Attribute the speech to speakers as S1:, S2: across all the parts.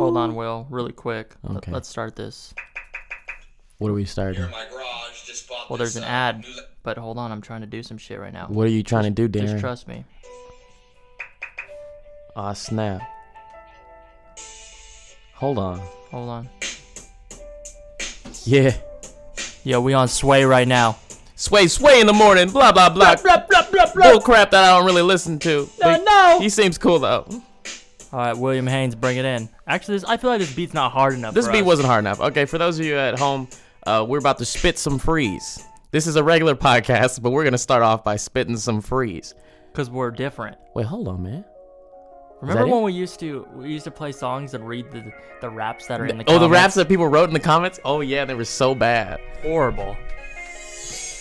S1: Hold on, Will, really quick. Let-
S2: Okay.
S1: Let's start this.
S2: What are we
S3: Here
S2: starting?
S3: in my garage, just bought
S1: Well,
S3: this,
S1: there's an
S3: uh,
S1: ad,
S3: new le-
S1: but hold on, I'm trying to do some shit right now.
S2: What are you trying to do,
S1: Just
S2: Darren?
S1: trust me.
S2: Aw, snap. Hold on.
S1: Hold on.
S2: Yeah.
S1: Yo, we on sway right now.
S2: Sway, sway in the morning. Blah blah blah. Bull crap that I don't really listen to. But
S1: no.
S2: He seems cool though.
S1: All right, William Haynes, bring it in. Actually, this, I feel like this beat's not hard enough.
S2: This
S1: for
S2: beat
S1: us.
S2: wasn't hard enough. Okay, for those of you at home, uh, we're about to spit some freeze. This is a regular podcast, but we're gonna start off by spitting some freeze.
S1: because we're different.
S2: Wait, hold on, man.
S1: Remember
S2: it?
S1: when we used to we used to play songs and read the the raps that are in the
S2: oh, the raps
S1: comments?
S2: that people wrote in the comments. Oh yeah, they were so bad.
S1: horrible.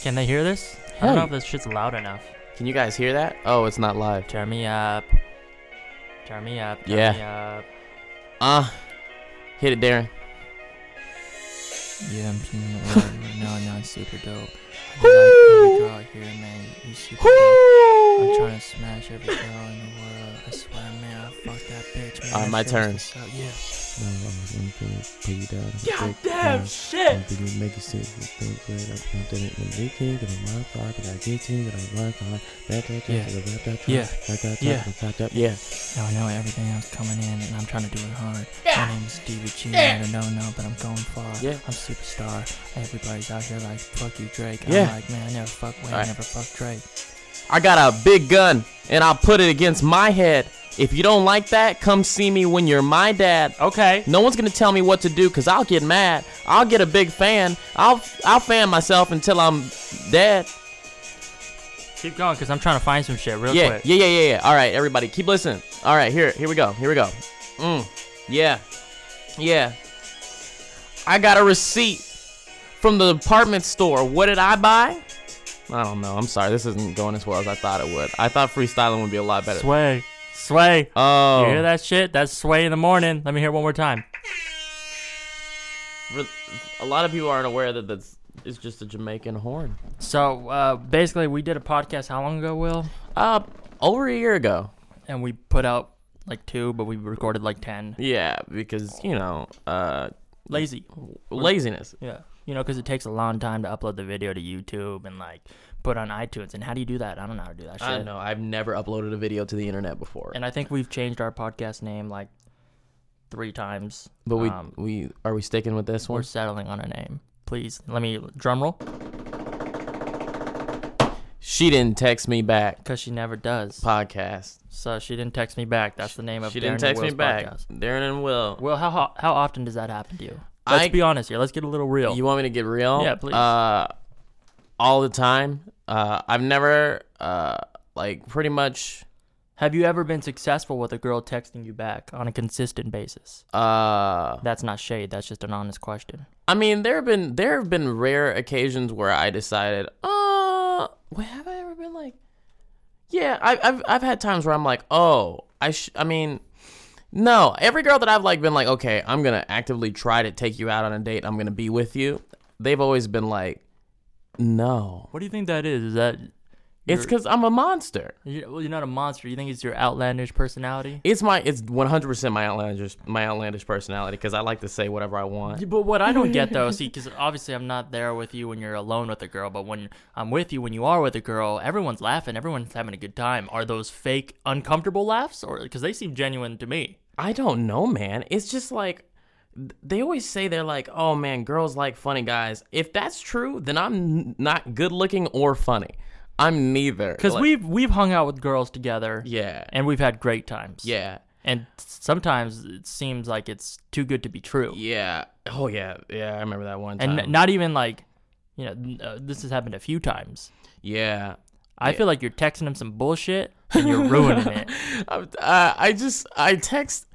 S1: Can they hear this? I
S2: Hey.
S1: don't know if this shit's loud enough.
S2: Can you guys hear that? Oh, it's not live.
S1: Turn me up. Turn me up. Turn
S2: Yeah.
S1: Me up.
S2: Uh, hit it, Darren.
S1: Yeah, I'm playing it right now. No, no, it's super dope. I like every girl out here, man. You super dope. I'm trying to smash every girl in the world. I swear, man, I fuck that bitch, man.
S2: Uh,
S1: That
S2: my
S1: shit
S2: turn.
S1: was just so- Yeah.
S2: Goddamn shit! Yeah.
S1: Yeah.
S2: Yeah.
S1: Now I know everything else coming in, and I'm trying to do it hard. My name's DVG, I don't know, but I'm going far.
S2: Yeah.
S1: I'm superstar. Everybody's out here like, fuck you, Drake.
S2: Yeah.
S1: I'm like, man, I never fuck Wayne,
S2: Alright.
S1: never fuck Drake.
S2: I got a big gun and I'll put it against my head. If you don't like that, come see me when you're my dad.
S1: Okay.
S2: No one's gonna tell me what to do cause I'll get mad. I'll get a big fan. I'll I'll fan myself until I'm dead.
S1: Keep going, because I'm trying to find some shit real
S2: yeah, yeah, yeah, yeah, yeah. All right, everybody, keep listening. All right, here, here we go, here we go. Mm, yeah, yeah. I got a receipt from the department store. What did I buy? I don't know. I'm sorry, this isn't going as well as I thought it would. I thought freestyling would be a lot better.
S1: Sway. Sway.
S2: oh,
S1: You hear that shit? That's Sway in the morning. Let me hear it one more time.
S2: re- a lot of people aren't aware that that's it's just a Jamaican horn.
S1: So, uh, basically, we did a podcast how long ago, Will?
S2: Uh, over a year ago.
S1: And we put out like two, but we recorded like ten.
S2: Yeah, because you know, uh,
S1: Lazy.
S2: laziness.
S1: Yeah. You know, because it takes a long time to upload the video to YouTube and like put on iTunes. And how do you do that? I don't know how to do that shit.
S2: I don't know. I've never uploaded a video to the internet before.
S1: And I think we've changed our podcast name like three times.
S2: But we
S1: Um,
S2: we are we sticking with this
S1: we're
S2: one?
S1: settling on a name. Please let me drum roll
S2: She didn't text me back.
S1: because she never does.
S2: Podcast.
S1: So she didn't text me back. That's the name of
S2: She
S1: Darren
S2: didn't
S1: and
S2: text me
S1: Will's
S2: back.
S1: podcast.
S2: Darren and Will.
S1: Well, how ho- how often does that happen to you? Let's
S2: I-
S1: be honest here. Let's get a little real.
S2: You want me to get real?
S1: Yeah, please.
S2: Uh, all the time. Uh, I've never uh like pretty much
S1: Have you ever been successful with a girl texting you back on a consistent basis?
S2: uh.
S1: That's not shade. That's just an honest question.
S2: I mean, there have been there have been rare occasions where I decided, uh, wait, have I ever been like, yeah, I, I've I've had times where I'm like, oh, I sh- I mean, no, every girl that I've like been like, okay, I'm gonna actively try to take you out on a date, I'm gonna be with you. They've always been like, no,
S1: What do you think that is? Is that
S2: it's because I'm a monster.
S1: you're, well, you're not a monster. You think it's your outlandish personality?
S2: It's my it's 100 percent my outlandish my outlandish personality because I like to say whatever I want.
S1: But what I don't get though, see, because obviously I'm not there with you when you're alone with a girl, but when I'm with you, when you are with a girl, everyone's laughing, everyone's having a good time. Are those fake uncomfortable laughs, or because they seem genuine to me?
S2: I don't know, man. It's just like th- they always say they're like, "Oh man, girls like funny guys." If that's true, then I'm n- not good looking or funny. I'm neither.
S1: Because
S2: Like,
S1: we've we've hung out with girls together,
S2: yeah,
S1: and we've had great times.
S2: yeah,
S1: and sometimes it seems like it's too good to be true,
S2: yeah. Um, Oh yeah, yeah. I remember that one time.
S1: and n- not even like, you know, n- uh, this has happened a few times.
S2: yeah,
S1: I feel like you're texting them some bullshit and you're ruining it.
S2: I'm- uh, I just I text.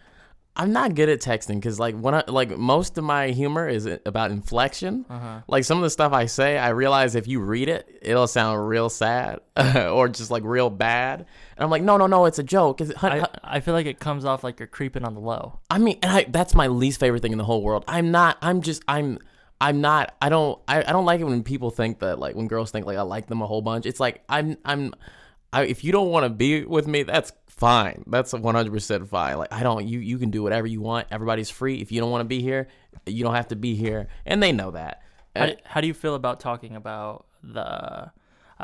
S2: I'm not good at texting because like when I like most of my humor is about inflection. Like some of the stuff I say, I realize if you read it, it'll sound real sad or just like real bad. And I'm like, no, no, no, it's a joke. Is it, hun-
S1: I,
S2: hun-
S1: I feel like it comes off like you're creeping on the low.
S2: I mean, and I, that's my least favorite thing in the whole world. I'm not. I'm just. I'm. I'm not. I don't. I, I don't like it when people think that like when girls think like I like them a whole bunch. It's like I'm. I'm. I, if you don't want to be with me, that's fine. That's 100% fine. Like I don't you you can do whatever you want. Everybody's free. If you don't want to be here, you don't have to be here. And they know that.
S1: How, do- how do you feel about talking about the?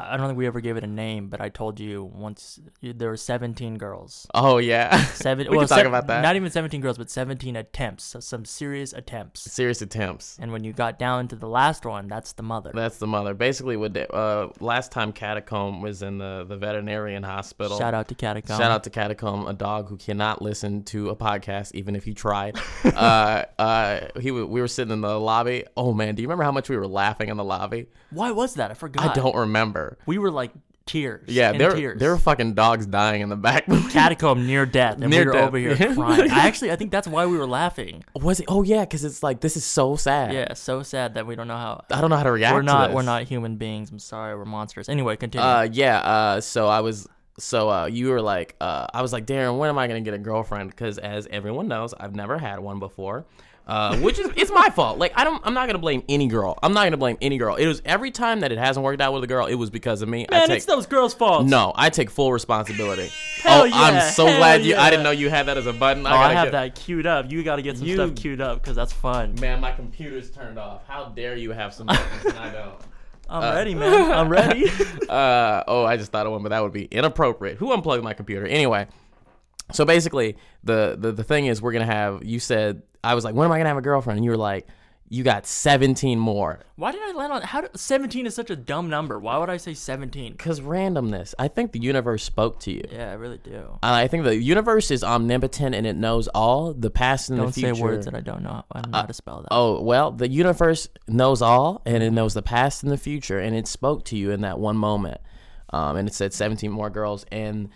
S1: I don't think we ever gave it a name, but I told you once you- there were 17 girls.
S2: Oh yeah.
S1: Seven.
S2: we
S1: well,
S2: can talk
S1: sev-
S2: about that.
S1: Not even 17 girls, but 17 attempts. So some serious attempts.
S2: Serious attempts.
S1: And when you got down to the last one, that's the mother.
S2: That's the mother. Basically, what they- uh, last time Catacomb was in the, the veterinarian hospital.
S1: Shout out to Catacomb.
S2: Shout out to Catacomb, a dog who cannot listen to a podcast even if he tried. uh, uh, he w- we were sitting in the lobby. Oh man, do you remember how much we were laughing in the lobby?
S1: Why was that? I forgot.
S2: I don't remember.
S1: We were like tears.
S2: Yeah,
S1: in
S2: there
S1: tears.
S2: there were fucking dogs dying in the back.
S1: catacomb near death, and
S2: Near
S1: we were
S2: death.
S1: over here crying. I actually, I think that's why we were laughing.
S2: Was it? Oh yeah, because it's like this is so sad.
S1: Yeah, so sad that we don't know how.
S2: I don't know how to react.
S1: We're
S2: to
S1: not. We're
S2: this.
S1: not human beings. I'm sorry. We're monsters. Anyway, continue.
S2: Uh, yeah. Uh, so I was. So uh, you were like, uh, I was like, Darren, when am I gonna get a girlfriend? Because as everyone knows, I've never had one before. Uh, which is it's my fault. Like I don't. I'm not gonna blame any girl. I'm not gonna blame any girl. It was every time that it hasn't worked out with a girl, it was because of me. I
S1: Man,
S2: take,
S1: it's those girls' fault.
S2: no, I take full responsibility.
S1: Hell
S2: oh,
S1: yeah,
S2: I'm so
S1: hell
S2: glad you.
S1: yeah.
S2: I didn't know you had that as a button.
S1: Oh, I
S2: gotta
S1: have
S2: get-
S1: that queued up. You got to get some
S2: You-
S1: stuff queued up because that's fun.
S2: Man, my computer's turned off. How dare you have some buttons and I don't.
S1: I'm ready, man. I'm ready.
S2: uh, oh, I just thought of one, but that would be inappropriate. Who unplugged my computer? Anyway, so basically, the, the the thing is, we're gonna have. You said I was like, when am I gonna have a girlfriend? And you were like, you got seventeen more.
S1: Why did I land on how? Do, 17 is such a dumb number. Why would I say 17?
S2: Cause randomness. I think the universe spoke to you.
S1: Yeah, I really do.
S2: And I think the universe is omnipotent and it knows all the past and
S1: Don't
S2: the future.
S1: say words that I don't know. I don't know how to spell that.
S2: Oh, well, the universe knows all and it knows the past and the future, and it spoke to you in that one moment. Um, and it said 17 more girls, and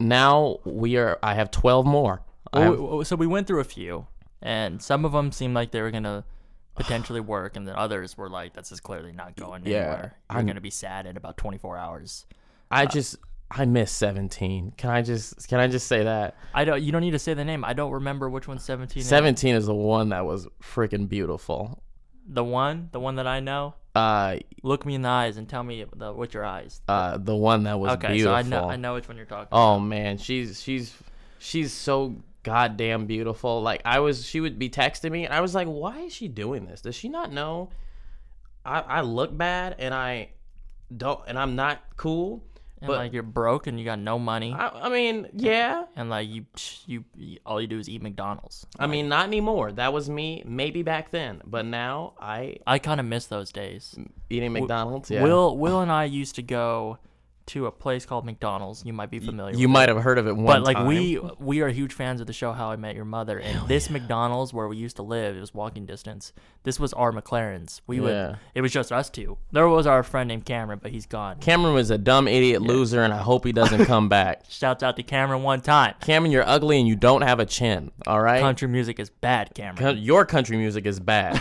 S2: now we are, I have 12 more. I
S1: Well,
S2: have-
S1: we- well, so we went through a few, and some of them seemed like they were gonna potentially work, and then others were like, "This is clearly not going
S2: Yeah,
S1: anywhere. You're
S2: I'm-
S1: gonna be sad in about 24 hours."
S2: I just, I miss 17. Can I just, can I just say that?
S1: I don't. You don't need to say the name. I don't remember which one's 17. is.
S2: 17 is the one that was freaking beautiful.
S1: The one, the one that I know.
S2: Uh,
S1: Look me in the eyes and tell me the, with your eyes.
S2: uh, the one that was
S1: Okay,
S2: beautiful.
S1: so I know I know which one you're talking. about.
S2: Oh man, she's she's she's so goddamn beautiful. Like I was, she would be texting me, and I was like, "Why is she doing this? Does she not know I, I look bad and I don't and I'm not cool?"
S1: And
S2: but-
S1: like you're broke and you got no money,
S2: I, I mean, yeah.
S1: and like you, you, you, all you do is eat McDonald's.
S2: I mean, not anymore. That was me, maybe back then, but now I
S1: I kind of miss those days.
S2: eating McDonald's. Yeah.
S1: Will Will and I used to go to a place called McDonald's. You might be familiar.
S2: you
S1: with
S2: might have heard of it one
S1: but like
S2: time.
S1: we we are huge fans of the show How I Met Your Mother, and this McDonald's where we used to live, it was walking distance. This was our McLaren's. We
S2: Yeah.
S1: would it was just us two. There was our friend named Cameron, but he's gone.
S2: Cameron was a dumb idiot loser, and I hope he doesn't come back.
S1: Shouts out to Cameron one time.
S2: Cameron, you're ugly and you don't have a chin. All right.
S1: Country music is bad, Cameron.
S2: Co- your country music is bad.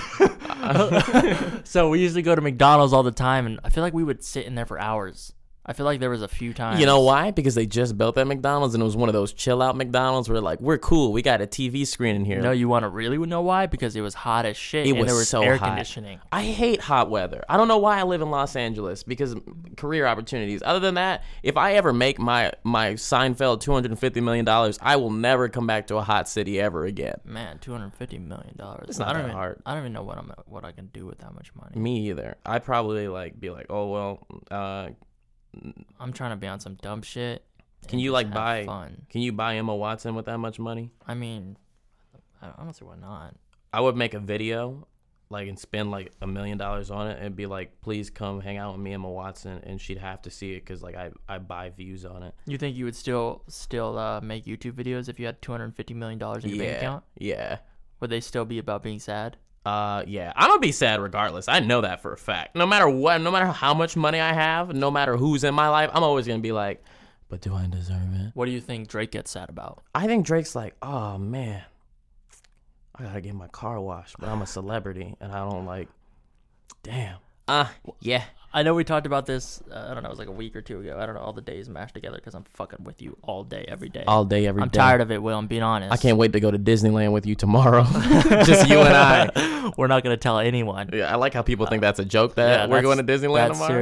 S1: So we used to go to McDonald's all the time, and I feel like we would sit in there for hours. I feel like there was a few times.
S2: You know why? Because they just built that McDonald's and it was one of those chill out McDonald's where like we're cool, we got a TV screen in here.
S1: No, you want to really know why? Because it was hot as shit.
S2: it
S1: and
S2: was,
S1: there was
S2: so
S1: air
S2: hot.
S1: conditioning.
S2: I hate hot weather. I don't know why I live in Los Angeles because career opportunities. Other than that, if I ever make my my Seinfeld two hundred and fifty million dollars, I will never come back to a hot city ever again.
S1: Man, two hundred fifty million dollars. It's
S2: not
S1: I don't
S2: that
S1: even,
S2: hard.
S1: I don't even know what I'm what I can do with that much money.
S2: Me either. I probably like be like, oh well, uh,
S1: I'm trying to be on some dumb shit.
S2: can
S1: and
S2: you
S1: just
S2: like
S1: have
S2: buy?
S1: fun?
S2: Can you buy Emma Watson with that much money?
S1: I mean, I I don't see why not.
S2: I would make a video, like, and spend like a million dollars on it, and be like, "Please come hang out with me and Emma Watson," and she'd have to see it because like I I buy views on it.
S1: You think you would still still uh, make YouTube videos if you had two hundred fifty million dollars in your bank account?
S2: yeah,
S1: Would they still be about being sad?
S2: uh, yeah. I'm gonna be sad regardless. I know that for a fact. No matter what, no matter how much money I have, no matter who's in my life, I'm always gonna be like, "But do I deserve it?"
S1: What do you think Drake gets sad about?
S2: I think Drake's like, "Oh man." I gotta get my car washed, but I'm a celebrity and I don't like. Damn. Uh, yeah.
S1: I know we talked about this. Uh, I don't know. It was like a week or two ago. I don't know. All the days mashed together because I'm fucking with you all day, every day.
S2: all day every day.
S1: I'm tired of it, Will. I'm being honest.
S2: I can't wait to go to Disneyland with you tomorrow. Just you and I.
S1: We're not gonna tell anyone.
S2: Yeah, I like how people think that's a joke that we're going to
S1: Uh, that's-
S2: Disneyland
S1: That's
S2: tomorrow.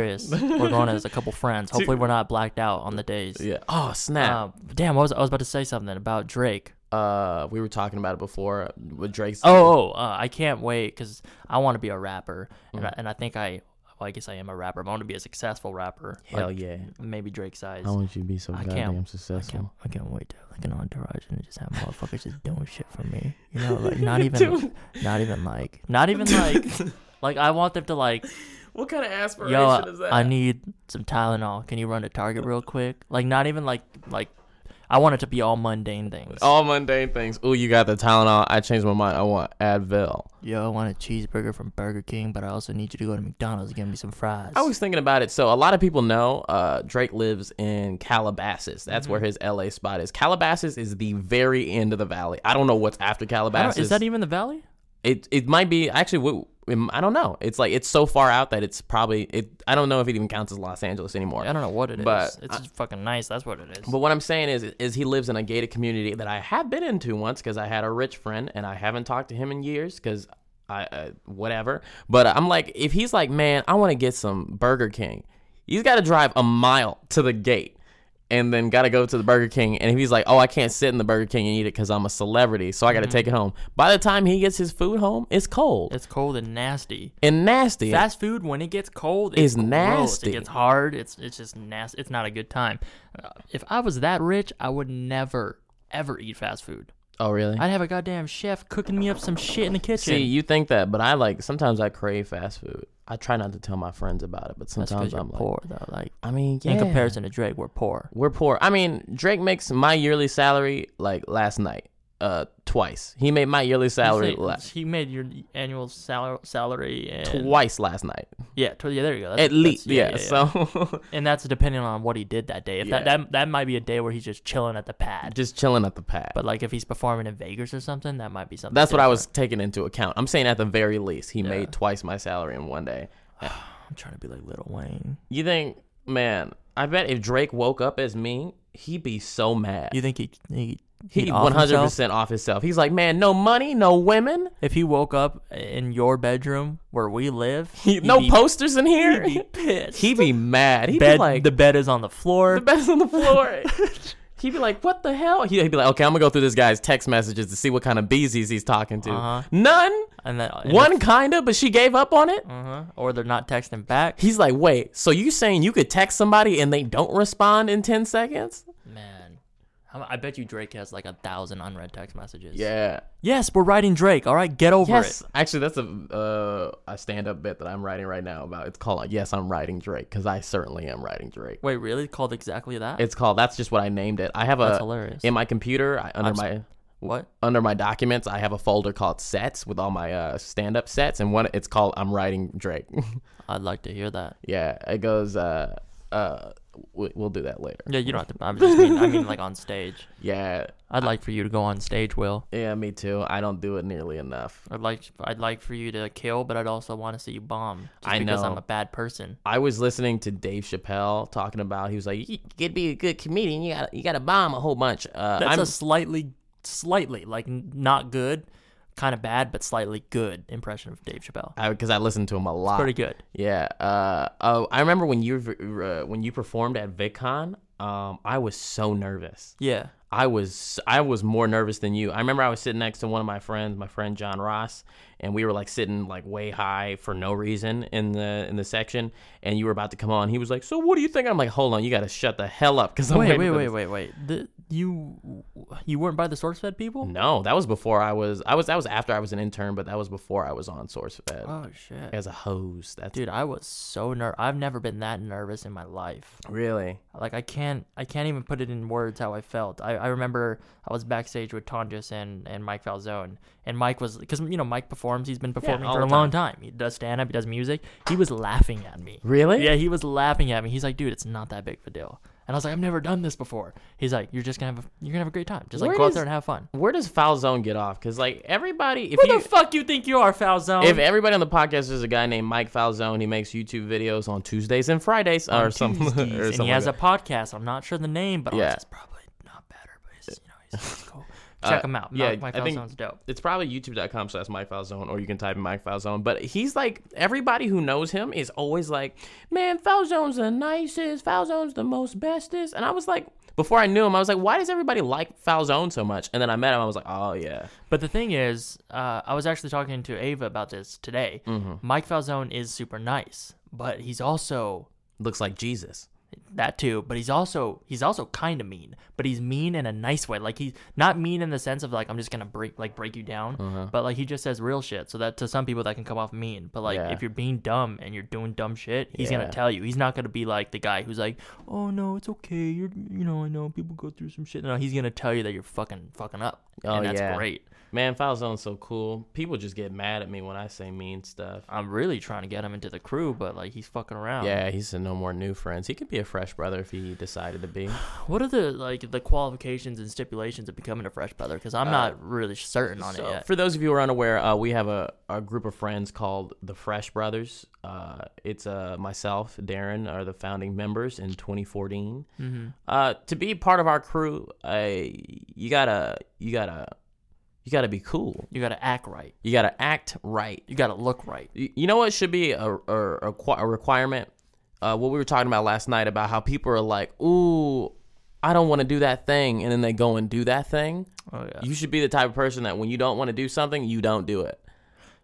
S1: serious. We're going as a couple friends. Hopefully, we're not blacked out on the days.
S2: Yeah. Oh snap.
S1: Um, damn, I was I was about to say something about Drake.
S2: uh, we were talking about it before with Drake's.
S1: Oh, oh uh, I can't wait because I want to be a rapper,
S2: Mm.
S1: and, I, and I think I, well, I guess I am a rapper. But I want to be a successful rapper.
S2: hell
S1: like,
S2: yeah!
S1: Maybe Drake size.
S2: I want you to be so
S1: I can't-
S2: goddamn
S1: I can't,
S2: successful.
S1: I can't wait to have like an entourage and just have motherfuckers just doing shit for me. You know, like not even, not even like, not even like, like I want them to like,
S2: What kind of aspiration
S1: yo, I, I need some Tylenol. Can you run to Target real quick? Like not even like like, I want it to be all mundane things.
S2: All mundane things. Ooh, you got the Tylenol. I changed my mind. I want Advil.
S1: Yo, I want a cheeseburger from Burger King, but I also need you to go to McDonald's and give me some fries.
S2: I was thinking about it. So a lot of people know uh, Drake lives in Calabasas. That's
S1: Mm-hmm.
S2: where his LA spot is. Calabasas is the very end of the valley. I don't know what's after
S1: I don't-
S2: Calabasas.
S1: is that even the Valley?
S2: it it might be actually what I don't know. It's like it's so far out that it's probably it. I don't know if it even counts as Los Angeles anymore.
S1: I don't know what it is.
S2: But
S1: it's just fucking nice. That's what it is.
S2: But what I'm saying is, is he lives in a gated community that I have been into once because I had a rich friend and I haven't talked to him in years because I uh, whatever. But I'm like, if he's like, man, I want to get some Burger King, he's got to drive a mile to the gate and then got to go to the Burger King. And if he's like, oh, I can't sit in the Burger King and eat it because I'm a celebrity, so I got to take it home. By the time he gets his food home, it's cold
S1: Mm-hmm. it's cold and nasty.
S2: and nasty.
S1: Fast food when it gets cold
S2: Is
S1: it's gross.
S2: nasty.
S1: It gets hard. It's it's just nasty. It's not a good time. Uh, if I was that rich, I would never ever eat fast food.
S2: oh, really?
S1: I'd have a goddamn chef cooking me up some shit in the kitchen.
S2: See, you think that, but I like sometimes I crave fast food. I try not to tell my friends about it, but
S1: That's 'cause
S2: sometimes
S1: you're
S2: I'm like,
S1: poor though. Like
S2: I mean, yeah.
S1: in comparison to Drake, we're poor.
S2: we're poor. I mean, Drake makes my yearly salary like last night, uh, twice. He made my yearly salary
S1: He-
S2: la-
S1: He made your annual sal- salary and
S2: twice last night,
S1: yeah, tw- yeah. There you go. That's-
S2: at least.
S1: that's-
S2: Yeah. So
S1: and that's depending on what he did that day. If that,
S2: Yeah.
S1: that that might be a day where he's just chilling at the pad.
S2: just chilling at the pad.
S1: But like if he's performing in Vegas or something, that might be something.
S2: That's what I
S1: different.
S2: was taking into account. I'm saying at the very least, he made twice my salary in one day.
S1: I'm trying to be like Little Wayne.
S2: You think, man? I bet if Drake woke up as me, he'd be so mad.
S1: You think he he
S2: He
S1: he'd off
S2: one hundred
S1: himself?
S2: percent off himself. He's like, man, no money, no women,
S1: If he woke up in your bedroom where we live, he'd
S2: no
S1: be
S2: posters in here.
S1: be pissed.
S2: He'd be mad. He'd be
S1: bed.
S2: like,
S1: the bed is on the floor.
S2: the bed's on the floor. He'd be like, "What the hell?" He- He'd be like, "Okay, I'm gonna go through this guy's text messages to see what kind of beesies he's talking to.
S1: Uh-huh.
S2: None,
S1: and then and
S2: one kinda, but she gave up on it."
S1: if- uh-huh, or they're not texting back.
S2: He's like, "Wait, so you saying you could text somebody and they don't respond in ten seconds?"
S1: Man, I I bet you Drake has like a thousand unread text messages.
S2: Yeah.
S1: Yes, we're writing Drake. All right, get over
S2: Yes.
S1: it.
S2: Actually, that's a uh, a stand up bit that I'm writing right now about. It's called uh, "Yes, I'm writing Drake" because I certainly am writing Drake.
S1: Wait, really? Called exactly that?
S2: It's called. That's just what I named it. I have a
S1: That's hilarious.
S2: in my computer I, under my
S1: what?
S2: under my documents. I have a folder called sets with all my uh, stand up sets, and one it's called I'm writing Drake.
S1: I'd like to hear that.
S2: yeah, it goes. Uh, uh, we- we'll do that later.
S1: Yeah, you don't have to. I just mean, I mean, like on stage.
S2: Yeah,
S1: I'd like for you to go on stage, Will.
S2: yeah, me too. I don't do it nearly enough.
S1: I'd like I'd like for you to kill, but I'd also want to see you bomb. Just
S2: I
S1: because I'm
S2: know.
S1: a bad person.
S2: I was listening to Dave Chappelle talking about. He was like, "You could be a good comedian. You got to you got to bomb a whole bunch." Uh,
S1: That's
S2: I'm,
S1: a slightly, slightly like n- not good, kind of bad, but slightly good impression of Dave Chappelle.
S2: because I, listened to him a lot.
S1: Pretty good.
S2: Yeah. Uh, oh, I remember when you uh, when you performed at VidCon. Um, I was so nervous.
S1: Yeah.
S2: I was I was more nervous than you. I remember I was sitting next to one of my friends, my friend John Ross, and we were like sitting like way high for no reason in the in the section. And you were about to come on. He was like, "So what do you think?" I'm like, "Hold on, you got to shut the hell up." Because
S1: Wait, wait, wait, wait, wait. The, you you weren't by the SourceFed people?
S2: No, that was before I was I was that was after I was an intern, but that was before I was on SourceFed
S1: Oh shit.
S2: as a host. That's
S1: Dude, I was so nervous. I've never been that nervous in my life.
S2: really
S1: like I can't I can't even put it in words how I felt. I, I remember I was backstage with Tonjus and, and Mike Falzone and Mike was because you know Mike performs he's been performing
S2: all
S1: for
S2: the
S1: a long time. He does stand up, he does music. He was laughing at me.
S2: really
S1: Yeah, he was laughing at me. He's like, dude, it's not that big of a deal. And I was like, I've never done this before. He's like, you're just gonna have a, you're gonna have a great time. Just like
S2: Where
S1: go out
S2: does-
S1: there and have fun.
S2: Where does foul zone get off? Because like everybody, if
S1: Who
S2: you
S1: the fuck you think you are, foul zone?
S2: if everybody on the podcast is a guy named Mike Falzone, he makes YouTube videos on Tuesdays and Fridays or something. or
S1: Tuesdays, and
S2: something
S1: he has
S2: like
S1: a podcast. I'm not sure the name, but
S2: Yeah.
S1: ours is probably not better. But it's, you know, he's, he's cool. Check him out.
S2: yeah,
S1: Mike- Mike
S2: I
S1: Foul
S2: think-
S1: Zone's dope.
S2: that. It's probably youtube.com slash Mike Falzone, or you can type in Mike Falzone. But he's like, everybody who knows him is always like, man, Falzone's the nicest. Falzone's the most bestest. And I was like, before I knew him, I was like, why does everybody like Falzone so much? And then I met him, I was like, oh, yeah.
S1: But the thing is, uh, I was actually talking to Ava about this today.
S2: Mm-hmm.
S1: Mike Falzone is super nice, but he's also
S2: Looks like Jesus.
S1: that too. But he's also he's also kind of mean. But he's mean in a nice way. Like he's not mean in the sense of like I'm just gonna break like break you down.
S2: Uh-huh.
S1: But like he just says real shit. So that to some people that can come off mean. But like
S2: Yeah.
S1: if you're being dumb and you're doing dumb shit, he's
S2: Yeah.
S1: gonna tell you. He's not gonna be like the guy who's like, oh no, it's okay. You're you know I know people go through some shit. No, he's gonna tell you that you're fucking fucking up.
S2: Oh,
S1: and that's
S2: yeah.
S1: great.
S2: Man, Falzone's so cool. People just get mad at me when I say mean stuff.
S1: I'm really trying to get him into the crew, but like he's fucking around.
S2: Yeah, he said no more new friends. He could be a fresh brother if he decided to be.
S1: What are the like the qualifications and stipulations of becoming a fresh brother? Because I'm not really certain on it
S2: So,
S1: yet.
S2: for those of you who are unaware, uh, we have a, a group of friends called the Fresh Brothers. Uh, it's uh, myself, Darren, are the founding members in 2014.
S1: Mm-hmm.
S2: Uh, to be part of our crew, uh, you gotta, you gotta, you gotta be cool.
S1: You got to act right.
S2: You gotta act right.
S1: You got to look right.
S2: Y- You know what should be a, a, a, qui- a requirement? Uh, what we were talking about last night about how people are like, ooh, I don't want to do that thing. And then they go and do that thing.
S1: Oh yeah.
S2: You should be the type of person that when you don't want to do something, you don't do it.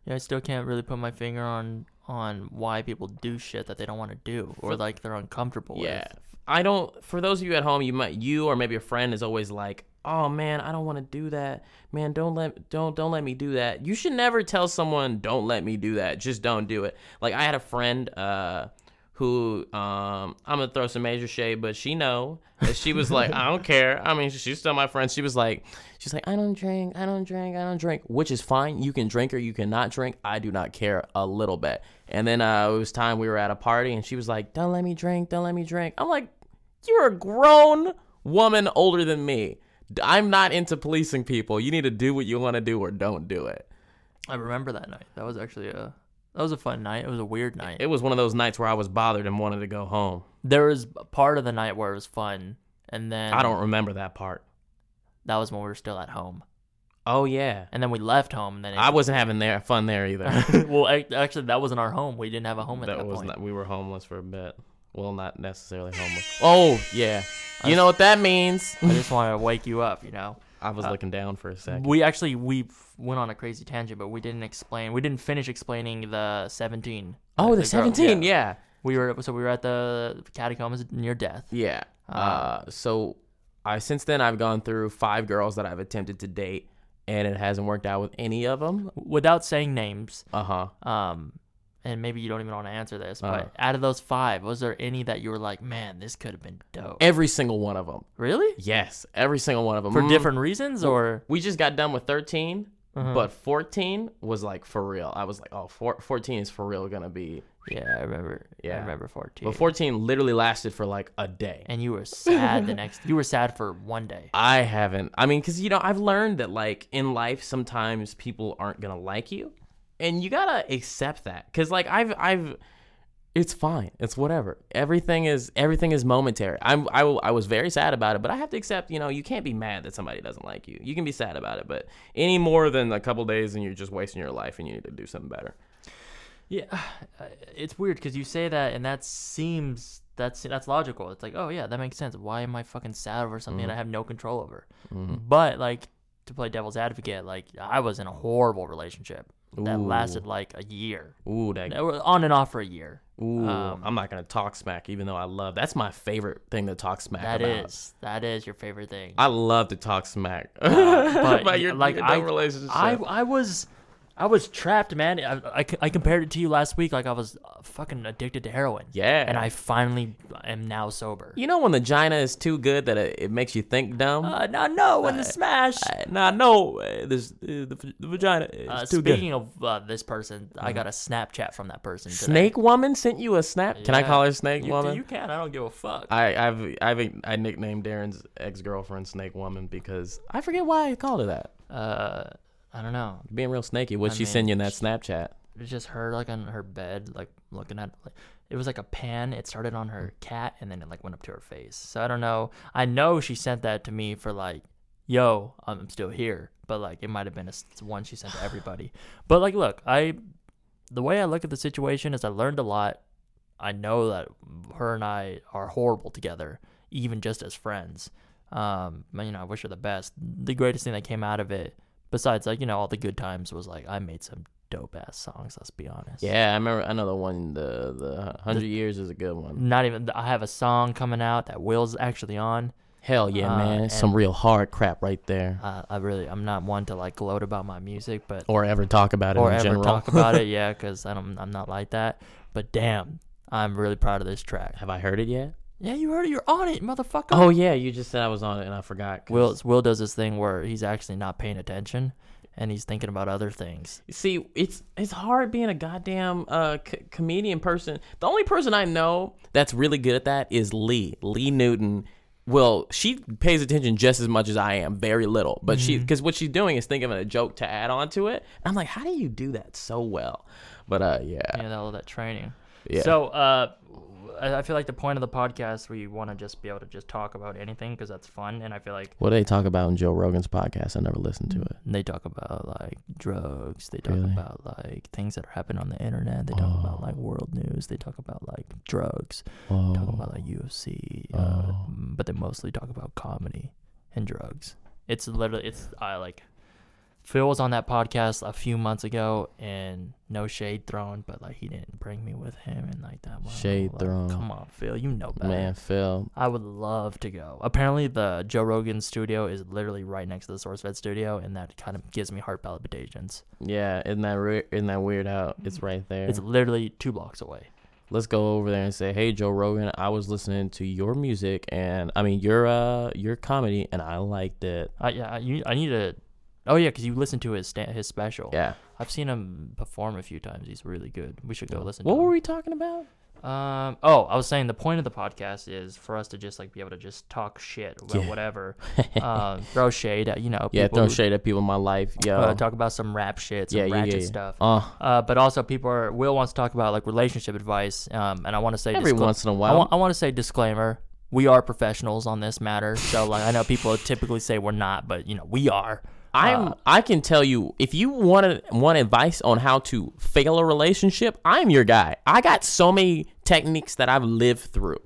S1: Yeah, I still can't really put my finger on on why people do shit that they don't want to do or like they're uncomfortable
S2: Yeah.
S1: with.
S2: I don't for those of you at home, you might you or maybe a friend is always like, "Oh man, I don't want to do that. Man, don't let don't don't let me do that." You should never tell someone, "Don't let me do that. Just don't do it." Like I had a friend uh who um I'm going to throw some major shade, but she know that she was like, "I don't care." I mean, she's still my friend. She was like she's like, "I don't drink. I don't drink. I don't drink," which is fine. You can drink or you cannot drink. I do not care a little bit. And then uh, it was time we were at a party, and she was like, "Don't let me drink. Don't let me drink." I'm like, "You're a grown woman, older than me. D- I'm not into policing people. You need to do what you want to do or don't do it."
S1: I remember that night. That was actually a that was a fun night. It was a weird night.
S2: It was one of those nights where I was bothered and wanted to go home.
S1: there was a part of the night where it was fun, and then
S2: I don't remember that part.
S1: That was when we were still at home,
S2: Oh yeah,
S1: and then we left home. And then it,
S2: I wasn't having there fun there either.
S1: well, ac- actually, that wasn't our home. We didn't have a home at that,
S2: that was
S1: point.
S2: not we were homeless for a bit well not necessarily homeless oh yeah you know what that means Uh,
S1: I just wanted to wake you up, you know.
S2: i was looking down for a second
S1: We actually we f- went on a crazy tangent, but we didn't explain. We didn't finish explaining the seventeen. uh,
S2: oh the
S1: girl-
S2: 17
S1: yeah.
S2: yeah
S1: We were so we were at the catacombs near death.
S2: yeah uh, so i since then i've gone through five girls that i've attempted to date and it hasn't worked out with any of them
S1: Without saying names,
S2: uh-huh
S1: um, and maybe you don't even want to answer this,
S2: Uh-huh.
S1: but out of those five, was there any that you were like, man, this could have been dope?
S2: every single one of them
S1: really?
S2: yes every single one of them
S1: For different reasons, or
S2: we just got done with 13 but 14 was like for real i was like oh four, 14 is for real gonna be
S1: yeah, I remember. Yeah, I
S2: Yeah.
S1: remember fourteen.
S2: but 14 literally lasted for like a day
S1: and you were sad the next you were sad for one day
S2: I haven't. I mean, because you know, I've learned that like in life, sometimes people aren't gonna like you, and you gotta accept that. Because like I've, I've, it's fine. It's whatever. Everything is everything is momentary. I'm, I, w- I was very sad about it, but I have to accept. You know, you can't be mad that somebody doesn't like you. You can be sad about it, but any more than a couple days, and you're just wasting your life, and you need to do something better.
S1: yeah uh, it's weird because you say that and that seems that's that's logical it's like oh yeah that makes sense why am i fucking sad over something
S2: Mm-hmm.
S1: that i have no control over but like to play devil's advocate like i was in a horrible relationship that
S2: Ooh.
S1: lasted like a year
S2: Ooh, that.
S1: That were on and off for a year
S2: Ooh,
S1: Um,
S2: I'm not gonna talk smack, even though I love. That's my favorite thing to talk smack
S1: That is
S2: about.
S1: that is your favorite thing
S2: I love to talk smack
S1: but
S2: about your,
S1: like
S2: your
S1: I,
S2: dumb relationship.
S1: I I was I was trapped, man. I, I, I compared it to you last week, like I was uh, fucking addicted to heroin.
S2: Yeah.
S1: And I finally am now sober.
S2: You know when the gina is too good that it, it makes you think dumb?
S1: Uh, no, no, in the smash.
S2: I, nah, no, uh, this, uh, the, v- the vagina is
S1: Uh,
S2: too good. Mm-hmm.
S1: speaking of uh, this person, I got a Snapchat from that person. Today.
S2: Snake Woman sent you a snap. Can I
S1: Yeah.
S2: call her Snake
S1: You,
S2: Woman?
S1: you can. I don't give a fuck.
S2: I, I've I've I nicknamed Darren's ex girlfriend Snake Woman because I forget why I called her that.
S1: uh, I don't know.
S2: Being real snaky, what'd
S1: I
S2: she
S1: mean,
S2: send you in that Snapchat?
S1: It was just her like on her bed, like looking at. Like, it was like a pan. It started on
S2: Mm.
S1: her cat, and then it like went up to her face. So I don't know. I know she sent that to me for like, yo, I'm still here. But like, it might have been a s- one she sent to everybody. But like, look, I, the way I look at the situation is I learned a lot. I know that her and I are horrible together, even just as friends. Um, and, you know, I wish her the best. The greatest thing that came out of it, besides like you know all the good times, was like I made some dope ass songs. Let's be honest.
S2: Yeah, I remember. I know the one. The the hundred years is a good one.
S1: Not even. I have a song coming out that Will's actually on.
S2: Hell yeah,
S1: Uh,
S2: man!
S1: and-
S2: Some real hard crap right there.
S1: Uh, I really, I'm not one to like gloat about my music, but
S2: or ever talk about it
S1: or
S2: in
S1: ever
S2: general.
S1: talk about it. Yeah, because I don't, I'm not like that. But damn, I'm really proud of this track.
S2: Have I heard it yet?
S1: Yeah, you heard it. You're on it, motherfucker.
S2: Oh yeah, you just said I was on it and I forgot. 'cause-
S1: Will Will does this thing where he's actually not paying attention, and he's thinking about other things.
S2: See, it's it's hard being a goddamn uh, c- comedian person. The only person I know that's really good at that is Lee Lee Newton. Well, she pays attention just as much as I am, very little. But she,
S1: Mm-hmm.
S2: because what she's doing is thinking of a joke to add on to it. I'm like, how do you do that so well? But uh, yeah,
S1: You know, all that training.
S2: Yeah.
S1: So, uh, I I feel like the point of the podcast we want to just be able to just talk about anything because that's fun, and I feel like
S2: what do they talk about in Joe Rogan's podcast? I never listened to it.
S1: they talk about like drugs, they talk
S2: Really? Oh.
S1: about like things that are happening on the internet, they talk about like world news, they talk about like drugs, talk
S2: Oh.
S1: about like UFC, uh, but they mostly talk about comedy and drugs. It's literally it's I like Phil was on that podcast a few months ago, and no shade thrown, but like he didn't bring me with him, and like that one
S2: Shade
S1: like,
S2: thrown.
S1: Come on, Phil, you know better.
S2: Man, Phil,
S1: I would love to go. Apparently, the Joe Rogan studio is literally right next to the SourceFed studio, and that kind of gives me heart palpitations.
S2: yeah, isn't that re- isn't that weird how it's right there?
S1: Mm. It's literally two blocks away.
S2: let's go over there and say, "Hey, Joe Rogan, I was listening to your music, and I mean your uh your comedy, and I liked it."
S1: I yeah, I, you, I need to. Oh yeah, because you listen to his sta- his special.
S2: Yeah.
S1: I've seen him perform a few times. He's really good. We should go listen.
S2: What
S1: to
S2: were
S1: him.
S2: we talking about?
S1: Um. Oh, I was saying the point of the podcast is for us to just like be able to just talk shit about
S2: Yeah.
S1: whatever, uh, throw shade at you know
S2: Yeah,
S1: people
S2: throw
S1: who,
S2: shade at people in my life, yo.
S1: uh, talk about some rap shit, some
S2: yeah, yeah,
S1: ratchet
S2: yeah, yeah.
S1: stuff.
S2: Uh,
S1: Uh, but also, people are Will wants to talk about like relationship advice, um, and I want to say
S2: every
S1: discla-
S2: once in a
S1: I
S2: while.
S1: want I want to say disclaimer: we are professionals on this matter, so like I know people typically say we're not, but you know we are.
S2: I'm. I can tell you, if you wanted want advice on how to fail a relationship, I'm your guy. I got so many techniques that I've lived through.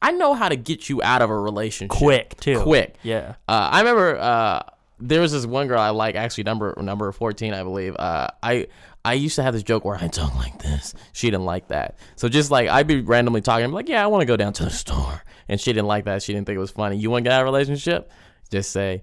S2: I know how to get you out of a relationship
S1: Quick too.
S2: Quick.
S1: Yeah.
S2: Uh, I remember uh, there was this one girl I like, actually number number fourteen, I believe. Uh, I I used to have this joke where I don't like this. She didn't like that. So just like I'd be randomly talking, I'm like, yeah, I want to go down to the store, and she didn't like that. She didn't think it was funny. You want to get out of a relationship? Just say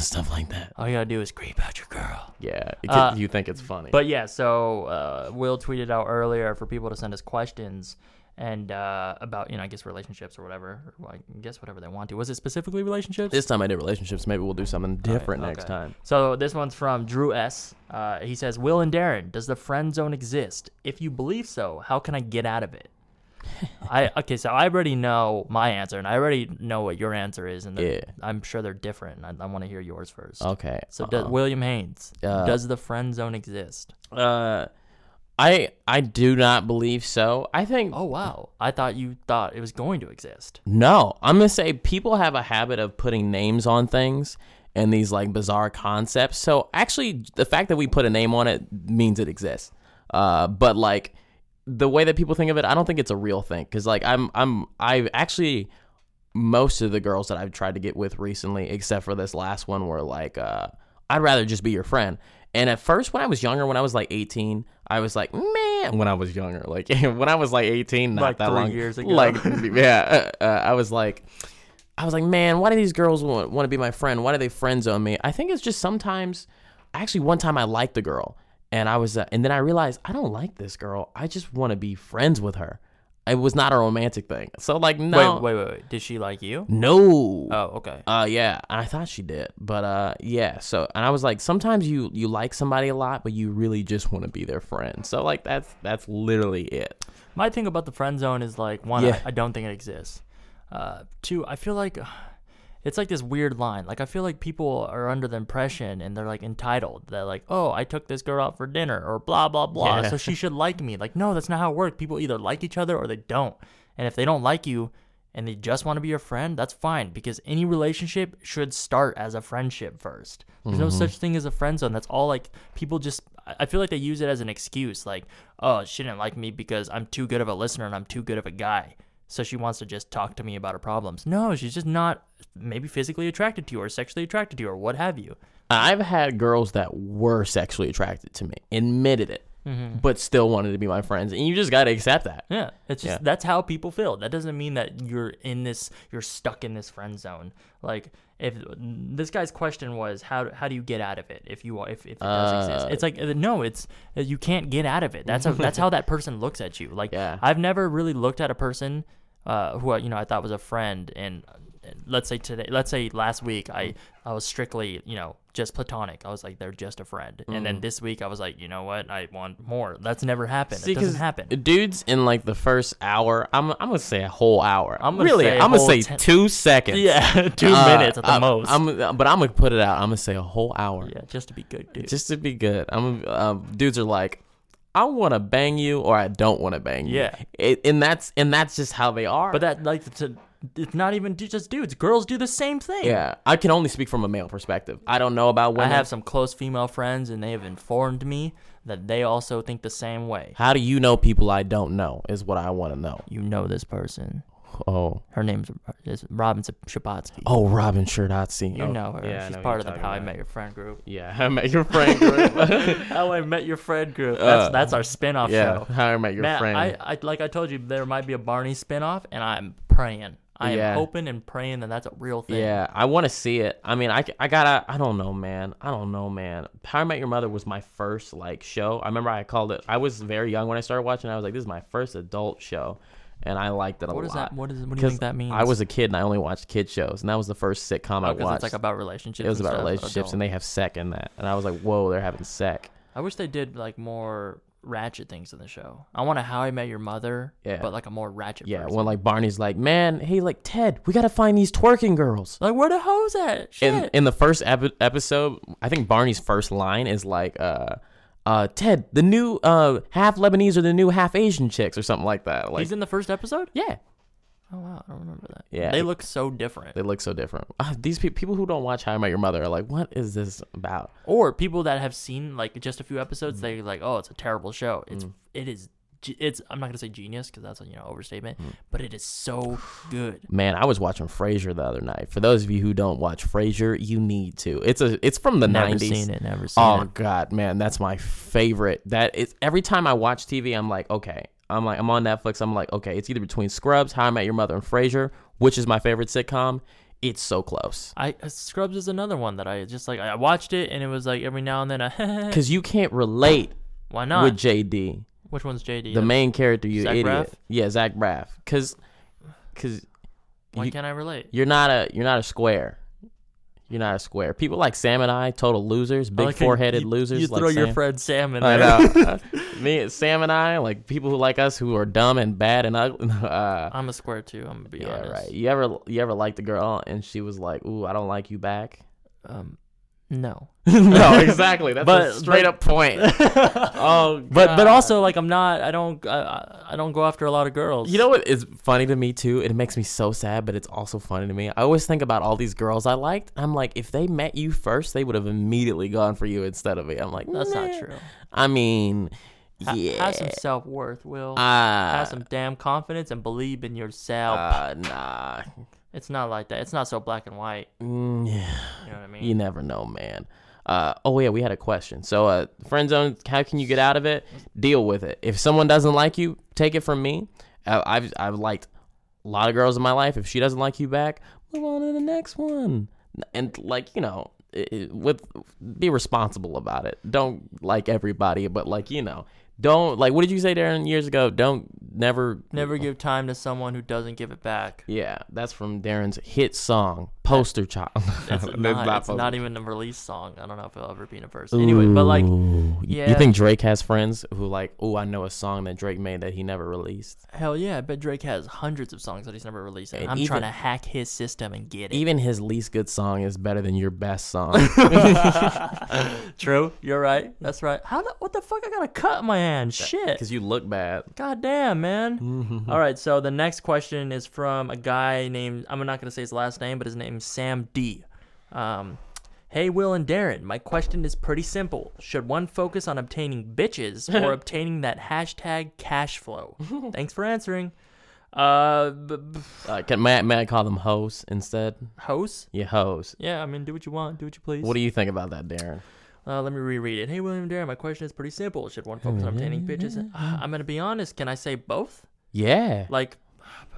S2: stuff like that.
S1: All you gotta do is creep out your girl.
S2: Yeah, it-
S1: Uh,
S2: you think it's funny.
S1: But yeah, so uh, Will tweeted out earlier for people to send us questions and uh, about you know I guess relationships or whatever. Or, I guess whatever they want to. Was it specifically relationships?
S2: this time I did relationships. Maybe we'll do something different next
S1: Okay.
S2: time.
S1: So this one's from Drew S. Uh, he says, "Will and Darren, does the friend zone exist? If you believe so, how can I get out of it?" I okay, so I already know my answer, and I already know what your answer is, and they're-
S2: Yeah.
S1: I'm sure they're different. and I, I want to hear yours first.
S2: Okay.
S1: So does, William Haynes,
S2: Uh,
S1: does the friend zone exist?
S2: Uh, I I do not believe so. I think
S1: Oh wow, I thought you thought it was going to exist.
S2: No, I'm gonna say people have a habit of putting names on things and these like bizarre concepts. So actually, the fact that we put a name on it means it exists. Uh, but like the way that people think of it, I don't think it's a real thing. Cause like I'm I'm I've actually most of the girls that I've tried to get with recently, except for this last one, were like, uh, I'd rather just be your friend. And at first, when I was younger, when I was like 18, I was like, man, when I was younger, like when I was like 18, not
S1: Like
S2: that
S1: three
S2: long
S1: years ago.
S2: like yeah, uh, uh, I was like, I was like, man, why do these girls want, want to be my friend? Why do they friend zone me? I think it's just sometimes. Actually, one time I liked the girl, and I was, uh, and then I realized I don't like this girl. I just want to be friends with her. It was not a romantic thing. So like, no,
S1: Wait, wait, wait, wait. Did she like you?
S2: no.
S1: Oh, okay.
S2: Uh yeah, I thought she did, but uh yeah. So and I was like, sometimes you you like somebody a lot, but you really just want to be their friend. So like that's that's literally it.
S1: My thing about the friend zone is like one,
S2: Yeah.
S1: I, I don't think it exists. Uh, two, I feel like it's like this weird line. Like I feel like people are under the impression and they're like entitled. They're like, oh, I took this girl out for dinner or blah blah blah,
S2: Yeah.
S1: so she should like me. Like no, that's not how it works. People either like each other or they don't. And if they don't like you and they just want to be your friend, that's fine because any relationship should start as a friendship first. There's no such thing as a friend zone. That's all like people just I I feel like they use it as an excuse like, "Oh, she didn't like me because I'm too good of a listener and I'm too good of a guy." So she wants to just talk to me about her problems. No, she's just not maybe physically attracted to you or sexually attracted to you or what have you.
S2: I've had girls that were sexually attracted to me, admitted it,
S1: Mm-hmm.
S2: but still wanted to be my friends, and you just gotta accept that.
S1: Yeah, it's just
S2: Yeah.
S1: that's how people feel. That doesn't mean that you're in this, you're stuck in this friend zone. Like if this guy's question was how how do you get out of it if you if, if it does exist? It's like uh, no, it's uh, you can't get out of it. That's how that's how that person looks at you. Like
S2: Yeah.
S1: I've never really looked at a person uh, who I, you know I thought was a friend and. uh, Let's say today, let's say last week, I I was strictly, you know, just platonic. I was like, they're just a friend. And
S2: Mm.
S1: then this week, I was like, you know what? I want more. That's never happened. it doesn't
S2: 'cause
S1: happen.
S2: Dudes in like the first hour, I'm I'm gonna say a whole hour.
S1: I'm
S2: I'm
S1: gonna
S2: really
S1: say a
S2: I'm gonna
S1: whole
S2: say
S1: ten-
S2: two seconds.
S1: Yeah, two
S2: Uh,
S1: minutes at the
S2: I-
S1: most.
S2: I'm but I'm gonna put it out. I'm gonna say a whole hour.
S1: yeah, just to be good, dude.
S2: just to be good. I'm um, dudes are like, I want to bang you or I don't want to bang you.
S1: Yeah.
S2: it, and that's and that's just how they are.
S1: but that like to, it's not even du- just dudes. Girls do the same thing.
S2: yeah, I can only speak from a male perspective. I don't know about
S1: I
S2: women.
S1: have some close female friends, and they have informed me that they also think the same way.
S2: how do you know people I don't know? Is what I want to know.
S1: You know this person.
S2: Oh,
S1: Her name's is Robin Shapotsky.
S2: oh, Robin Sherdatsky.
S1: you know her.
S2: yeah, I
S1: She's
S2: know who
S1: part
S2: you're
S1: of the
S2: talking
S1: How I
S2: about.
S1: Met Your Friend group.
S2: Yeah, I met your friend group.
S1: How I Met Your Friend group. That's
S2: Uh,
S1: that's our spinoff
S2: yeah,
S1: show.
S2: how I met your
S1: Man,
S2: friend.
S1: I, I like I told you there might be a Barney spinoff, and I'm praying. I am
S2: Yeah.
S1: hoping and praying that that's a real thing.
S2: yeah, I want to see it. I mean, I, c- I gotta, I don't know, man. I don't know, man. How I Met Your Mother was my first, like, show. I remember I called it, I was very young when I started watching. it. I was like, this is my first adult show. And I liked it a
S1: What
S2: lot.
S1: is that? What is? What do you
S2: 'Cause
S1: think that means?
S2: I was a kid and I only watched kid shows. And that was the first sitcom I
S1: because it's
S2: watched.
S1: like about relationships.
S2: it was
S1: and
S2: about
S1: stuff, Oh,
S2: relationships,
S1: adult.
S2: and they have sec in that. And I was like, whoa, they're having sec.
S1: I wish they did like more ratchet things in the show. I want a How I Met Your Mother,
S2: Yeah.
S1: but like a more ratchet.
S2: Yeah,
S1: version.
S2: when, like, Barney's like, man, hey, like, Ted, we gotta find these twerking girls.
S1: like where the hoes at? Shit.
S2: in in the first epi- episode, I think Barney's first line is like, uh, uh, "Ted, the new uh, half Lebanese or the new half Asian chicks or something like that." Like,
S1: He's in the first episode.
S2: yeah,
S1: Oh wow, I don't remember that.
S2: Yeah.
S1: they look so different.
S2: they look so different. Uh, these pe- people who don't watch How I Met Your Mother are like, "What is this about?"
S1: Or people that have seen like just a few
S2: Mm.
S1: episodes, they're like, oh, it's a terrible show. It's it is. ge- It's I'm not gonna say genius because that's a you know overstatement,
S2: Mm.
S1: but it is so good.
S2: Man, I was watching Frasier the other night. For those of you who don't watch Frasier, you need to. It's a it's from the
S1: Never
S2: nineties.
S1: seen it. Never seen
S2: Oh
S1: it.
S2: god, man, that's my favorite. That is every time I watch TV, I'm like, okay, I'm like, I'm on Netflix. I'm like, okay, it's either between Scrubs, How I Met Your Mother, and Frasier, which is my favorite sitcom. It's so close
S1: I uh, Scrubs is another one that I just like. I watched it and it was like every now and then. I,
S2: because you can't relate
S1: why not?
S2: with JD,
S1: Which one's JD?
S2: the main character. You
S1: Zach
S2: idiot.
S1: Braff?
S2: Yeah, Zach Braff. Because because
S1: Why
S2: you-
S1: can't I relate?
S2: you're not a you're not a square. You're not a square. People like Sam and I, total losers, big
S1: Like, you-
S2: four-headed
S1: you-
S2: losers.
S1: You
S2: like
S1: throw your
S2: Sam.
S1: friend Sam in
S2: I
S1: there.
S2: know. Me, Sam, and I, like people who like us who are dumb and bad and ugly. Uh,
S1: I'm a square too. I'm gonna be
S2: yeah,
S1: honest.
S2: right. You ever you ever liked a girl and she was like, "Ooh, I don't like you back."
S1: Um, no.
S2: no, exactly. That's
S1: But-
S2: a straight up point. oh,
S1: But but
S2: God.
S1: also like I'm not. I don't. I- I, I don't go after a lot of girls.
S2: You know what is funny to me too? It makes me so sad, but it's also funny to me. I always think about all these girls I liked. I'm like, if they met you first, they would have immediately gone for you instead of me. I'm like,
S1: that's
S2: "Nah."
S1: not true.
S2: I mean,
S1: Ha-
S2: yeah,
S1: Have some self worth, Will.
S2: Ah,
S1: have some damn confidence and believe in yourself.
S2: uh, nah.
S1: it's not like that. It's not so black and white.
S2: Mm, yeah.
S1: You know what I mean?
S2: You never know, man. Uh, oh yeah, we had a question. So, uh, friend zone, how can you get out of it? Deal with it. If someone doesn't like you, take it from me. Uh, I've I've liked a lot of girls in my life. If she doesn't like you back, move on to the next one. And like you know, i- with be responsible about it. Don't like everybody, but like you know, don't like. What did you say, Darren, years ago? Don't never,
S1: Never give time to someone who doesn't give it back.
S2: Yeah, that's from Darren's hit song, Poster Child.
S1: It's
S2: That's
S1: not, it's
S2: Poster-
S1: not even a release song. I don't know if it'll ever be in a verse. Anyway, but like,
S2: Ooh,
S1: yeah.
S2: you think Drake has friends who like, oh, I know a song that Drake made that he never released.
S1: hell yeah, I bet Drake has hundreds of songs that he's never released. And
S2: And
S1: I'm
S2: even-
S1: trying to hack his system and get it.
S2: Even his least good song is better than your best song.
S1: True. You're right. That's right. How the, what the fuck? I got a cut in my hand. Shit.
S2: Because you look bad.
S1: God damn, man.
S2: Mm-hmm.
S1: All right, so the next question is from a guy named, I'm not going to say his last name, but his name's Sam D. Um, hey, Will and Darren, my question is pretty simple. Should one focus on obtaining bitches or obtaining that hashtag cash flow? Thanks for answering. Uh, b- b-
S2: Uh, can, may, I- may I call them hoes instead?
S1: hoes?
S2: Yeah, hoes.
S1: Yeah, I mean, do what you want, do what you please.
S2: What do you think about that, Darren?
S1: Uh, let me reread it. Hey, William and Darren, my question is pretty simple. Should one focus on obtaining bitches? Uh, I'm going to be honest. Can I say both?
S2: Yeah.
S1: like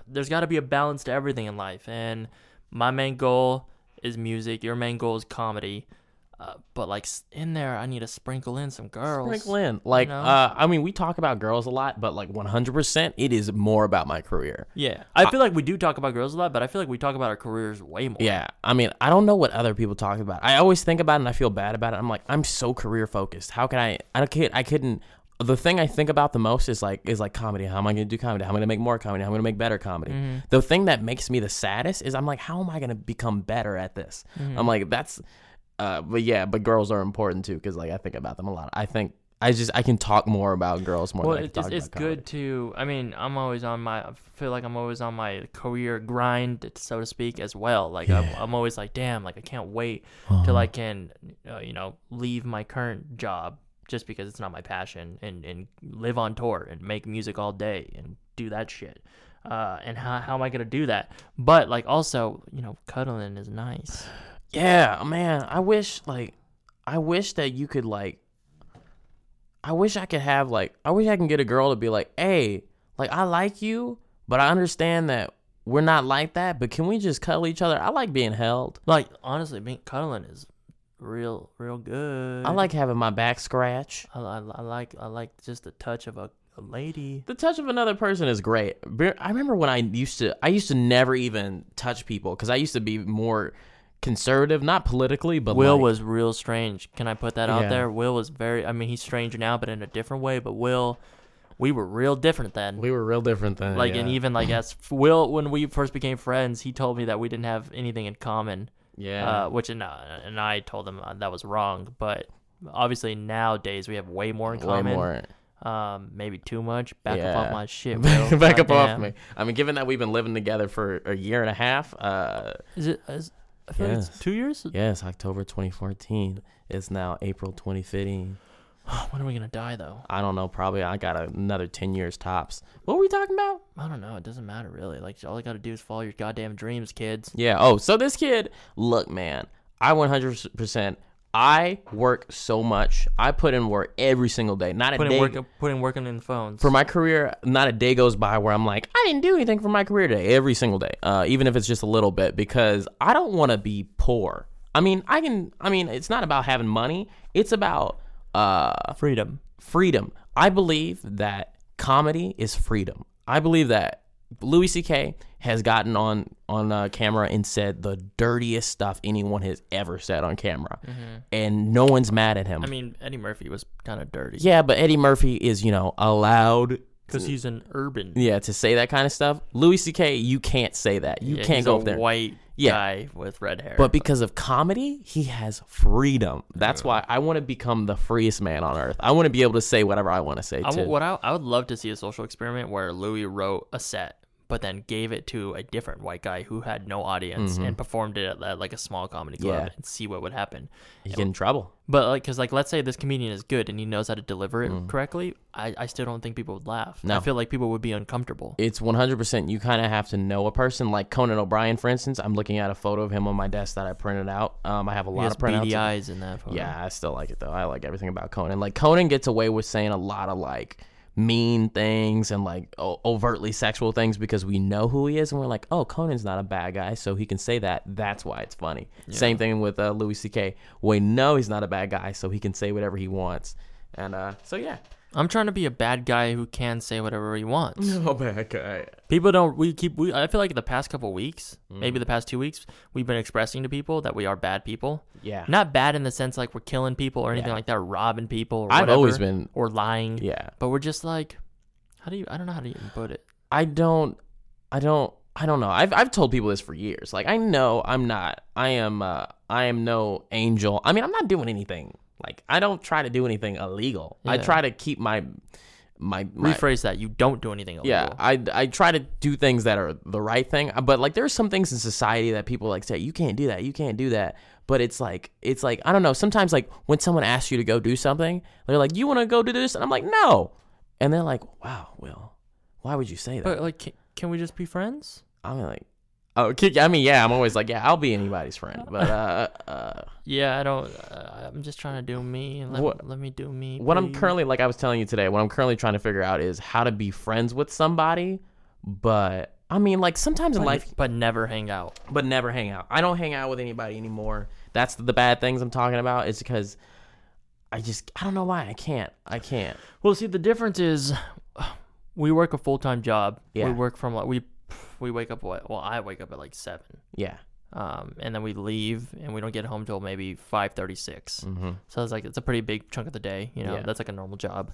S1: there's got to be a balance to everything in life and my main goal is music your main goal is comedy uh, but like s- in there i need to sprinkle in some girls
S2: Sprinkle in. Like,
S1: know?
S2: uh, I mean, we talk about girls a lot, but like 100%, it is more about my career.
S1: yeah i feel like we do talk about girls a lot but i feel like we talk about our careers way more
S2: Yeah. I mean, I don't know what other people talk about. I always think about it and I feel bad about it. I'm like, I'm so career focused. How can I? I don't kid. I couldn't. The thing I think about the most is like is like comedy. How am I going to do comedy? How am I going to make more comedy? How am I going to make better comedy?
S1: Mm-hmm.
S2: The thing that makes me the saddest is I'm like, how am I going to become better at this?
S1: Mm-hmm.
S2: I'm like, that's. Uh, but yeah, but girls are important too because like I think about them a lot. I think I just I can talk more about girls more.
S1: well
S2: than I
S1: it,
S2: can
S1: it's,
S2: talk
S1: it's
S2: about comedy.
S1: good to i mean i'm always on my i feel like i'm always on my career grind so to speak as well like I'm, I'm always like damn like i can't wait
S2: Uh-huh.
S1: till i can uh, you know leave my current job just because it's not my passion and and live on tour and make music all day and do that shit uh, and how, how am I gonna do that? But like also, you know, cuddling is nice.
S2: Yeah, man. I wish like I wish that you could like I wish I could have like I wish I can get a girl to be like, "Hey, like I like you, but I understand that we're not like that, but can we just cuddle each other? I like being held.
S1: Like honestly, being cuddling is real, real good.
S2: I like having my back scratch.
S1: I, I, I like I like just the touch of a, a lady.
S2: The touch of another person is great. Be- I remember when I used to I used to never even touch people cuz I used to be more conservative, not politically, but
S1: Will
S2: like,
S1: was real strange. Can I put that out
S2: Yeah.
S1: there? Will was very. I mean, he's strange now, but in a different way. But Will, we were real different then.
S2: we were real different then.
S1: like
S2: yeah.
S1: and even like as Will, when we first became friends, he told me that we didn't have anything in common.
S2: Yeah.
S1: Uh, which and, uh, and I told him uh, that was wrong, but obviously nowadays we have way more in
S2: way
S1: common.
S2: more.
S1: Um, maybe too much. Back up off
S2: Yeah.
S1: my shit. Will.
S2: back up off
S1: Goddamn.
S2: me. I mean, given that we've been living together for a year and a half, uh,
S1: Is it? Is, I feel like
S2: Yes.
S1: it's two years.
S2: yes, October 2014. It's now April 2015.
S1: Oh, When are we gonna die though?
S2: I don't know. Probably I got another 10 years tops. What were we talking about?
S1: I don't know. It doesn't matter really. Like all you gotta do is follow your goddamn dreams, kids.
S2: Yeah. Oh, so this kid, look, man, I 100%. I work so much. I put in work every single day. Not a
S1: Putting
S2: day.
S1: work, putting working in phones.
S2: for my career, not a day goes by where I'm like, I didn't do anything for my career today. Every single day, uh, even if it's just a little bit, because I don't want to be poor. I mean, I can. I mean, it's not about having money. It's about uh,
S1: freedom.
S2: freedom. I believe that comedy is freedom. I believe that Louis C.K. has gotten on on uh, camera and said the dirtiest stuff anyone has ever said on camera, and no one's mad at him.
S1: Mm-hmm. I mean, Eddie Murphy was kind of dirty
S2: yeah, but Eddie Murphy is you know allowed
S1: because he's an urban.
S2: yeah, to say that kind of stuff. Louis C.K., you can't say that. You
S1: Yeah,
S2: can't
S1: he's
S2: go
S1: a
S2: up there.
S1: White
S2: Yeah.
S1: guy with red hair.
S2: but because of comedy, he has freedom. That's why I want to become the freest man on earth. I want to be able to say whatever I want to say.
S1: I, w-
S2: too.
S1: what I, I would love to see a social experiment where Louis wrote a set, but then gave it to a different white guy who had no audience and performed it at, at, like a small comedy club
S2: Mm-hmm. Yeah.
S1: and see what would happen.
S2: you get in trouble.
S1: But like, because like, let's say this comedian is good and he knows how to deliver it correctly. I, I still don't think people would laugh. I
S2: Mm. No.
S1: feel like people would be uncomfortable.
S2: It's 100%. You kind of have to know a person. Like Conan O'Brien, for instance, I'm looking at a photo of him on my desk that I printed out. Um, I have a
S1: He
S2: lot
S1: has
S2: of printouts.
S1: beady eyes
S2: Uh-huh.
S1: in that photo.
S2: Yeah, I still like it though. I like everything about Conan. Like Conan gets away with saying a lot of like mean things and like o- overtly sexual things because we know who he is and we're like, oh, Conan's not a bad guy, so he can say that. That's why it's funny. Same thing with uh, Louis C.K. We know he's not a bad guy, so he can say whatever he wants. And uh, so yeah,
S1: I'm trying to be a bad guy who can say whatever he wants.
S2: oh bad guy.
S1: people don't. We keep. We. I feel like the past couple weeks, maybe
S2: Mm.
S1: the past two weeks, we've been expressing to people that we are bad people.
S2: Yeah.
S1: Not bad in the sense like we're killing people or anything like that, or robbing people. Or
S2: I've
S1: whatever,
S2: always been-
S1: or lying.
S2: Yeah.
S1: But we're just like, how do you? I don't know how to even put it.
S2: I don't I don't I don't know. I've I've told people this for years. Like I know I'm not I am uh I am no angel. I mean, I'm not doing anything. Like I don't try to do anything illegal. I
S1: Yeah.
S2: try to keep my my, my
S1: Rephrase that. You don't do anything illegal.
S2: yeah, I, I try to do things that are the right thing, Uh, but like there are some things in society that people like say you can't do that, you can't do that. But it's like it's like I don't know. Sometimes like when someone asks you to go do something, they're like, "You want to go do this?" and I'm like, "No," and they're like, "Wow, Will, why would you say that?"
S1: But like, can, can we just be friends?
S2: I'm like, oh, kick. I mean, yeah, I'm always like, yeah, I'll be anybody's friend. But uh, uh,
S1: Yeah, I don't. Uh, I'm just trying to do me. Let,
S2: What-
S1: let me do me.
S2: what I'm
S1: please.
S2: currently, like I was telling you today, what I'm currently trying to figure out is how to be friends with somebody. But I mean, like sometimes in life,
S1: but never hang out.
S2: but never hang out. I don't hang out with anybody anymore. That's the bad things I'm talking about. Is because I just I don't know why I can't. I can't.
S1: Well, see, the difference is we work a full time job.
S2: Yeah.
S1: We work from like we we wake up what? Well, I wake up at like seven,
S2: Yeah.
S1: um, and then we leave, and we don't get home till maybe five
S2: Mm-hmm.
S1: So it's like it's a pretty big chunk of the day. You know,
S2: Mm. Yeah.
S1: that's like a normal job.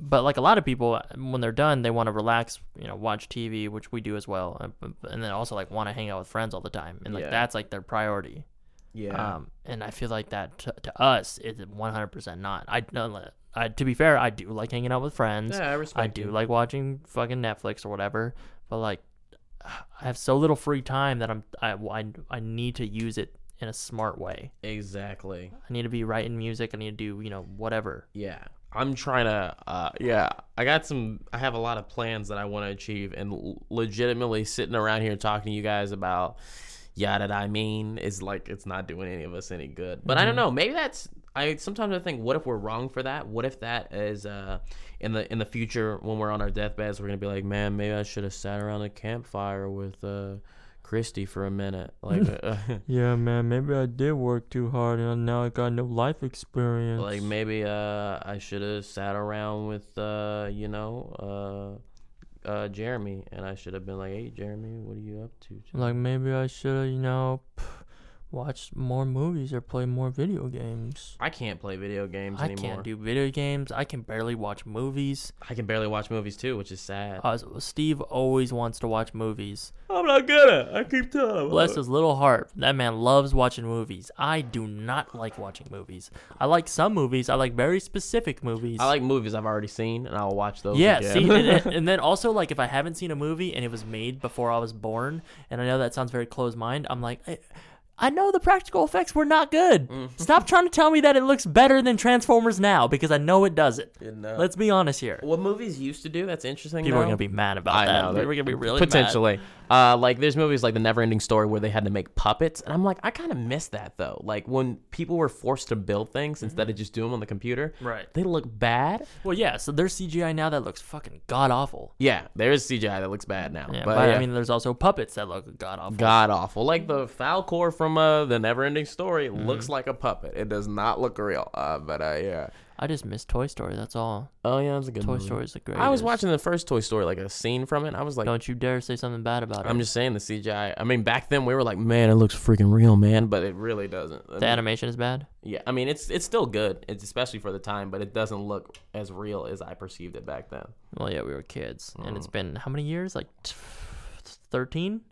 S1: But like a lot of people, when they're done, they want to relax. You know, watch TV, which we do as well, and, and then also like want to hang out with friends all the time, and like
S2: Yeah.
S1: that's like their priority.
S2: Yeah.
S1: Um, and I feel like that to, to us is 100% not. I, no, I to be fair, I do like hanging out with friends.
S2: Yeah, I
S1: I
S2: respect
S1: do
S2: you.
S1: like watching fucking Netflix or whatever, but like I have so little free time that I'm I, I, I need to use it in a smart way.
S2: exactly.
S1: I need to be writing music, I need to do, you know, whatever.
S2: Yeah. I'm trying to uh yeah, I got some I have a lot of plans that I want to achieve and l- legitimately sitting around here talking to you guys about yeah that I mean is like it's not doing any of us any good. But I don't know, maybe that's I sometimes I think what if we're wrong for that? What if that is uh in the in the future when we're on our deathbeds we're going to be like, "Man, maybe I should have sat around a campfire with uh Christy for a minute." Like uh,
S1: Yeah, man, maybe I did work too hard and now I got no life experience.
S2: like maybe uh I should have sat around with uh you know uh uh Jeremy and I should have been like hey Jeremy what are you up to
S1: like maybe I should, you know, watch more movies or play more video games.
S2: I can't play video games
S1: I
S2: anymore
S1: can't do video games. I can barely watch movies.
S2: I can barely watch movies too which is sad
S1: Uh, Steve always wants to watch movies.
S2: I'm not gonna I keep telling him
S1: Bless his little heart. That man loves watching movies. I do not like watching movies. I like some movies. I like very specific movies.
S2: I like movies I've already seen and I'll watch those
S1: yeah,
S2: again.
S1: see, and, and- and then also like if I haven't seen a movie and it was made before I was born, and I know that sounds very closed mind, I'm like, I, I know the practical effects were not good.
S2: Mm-hmm.
S1: Stop trying to tell me that it looks better than Transformers now because I know it doesn't.
S2: no.
S1: Let's be honest here.
S2: what movies used to do that's interesting
S1: People are
S2: though.
S1: gonna be mad about
S2: I
S1: that.
S2: know.
S1: People are gonna be really mad.
S2: potentially. Uh, like there's movies like The Neverending Story where they had to make puppets, and I'm like, I kind of miss that though. Like when people were forced to build things instead of just do them on the computer.
S1: Mm-hmm. Right.
S2: They look bad.
S1: Well, yeah. So there's CGI now that looks fucking god awful.
S2: Yeah, there is CGI that looks bad now,
S1: Yeah,
S2: but,
S1: but,
S2: yeah,
S1: I mean, there's also puppets that look god awful.
S2: god awful. Like the Falcor from uh, The Neverending Story
S1: Mm-hmm.
S2: looks like a puppet. It does not look real. Uh, but uh, yeah.
S1: I just miss Toy Story. That's all.
S2: Oh yeah, that's a good
S1: Toy
S2: movie.
S1: Story is the greatest.
S2: I was watching the first Toy Story, like a scene from it. I was like,
S1: Don't you dare say something bad about it.
S2: I'm just saying the CGI. I mean, back then we were like, man, it looks freaking real, man, but it really doesn't. I
S1: the
S2: mean-
S1: animation is bad.
S2: Yeah, I mean it's it's still good. It's especially for the time, but it doesn't look as real as I perceived it back then.
S1: Well, yeah, we were kids, and
S2: Mm.
S1: it's been how many years? Like thirteen?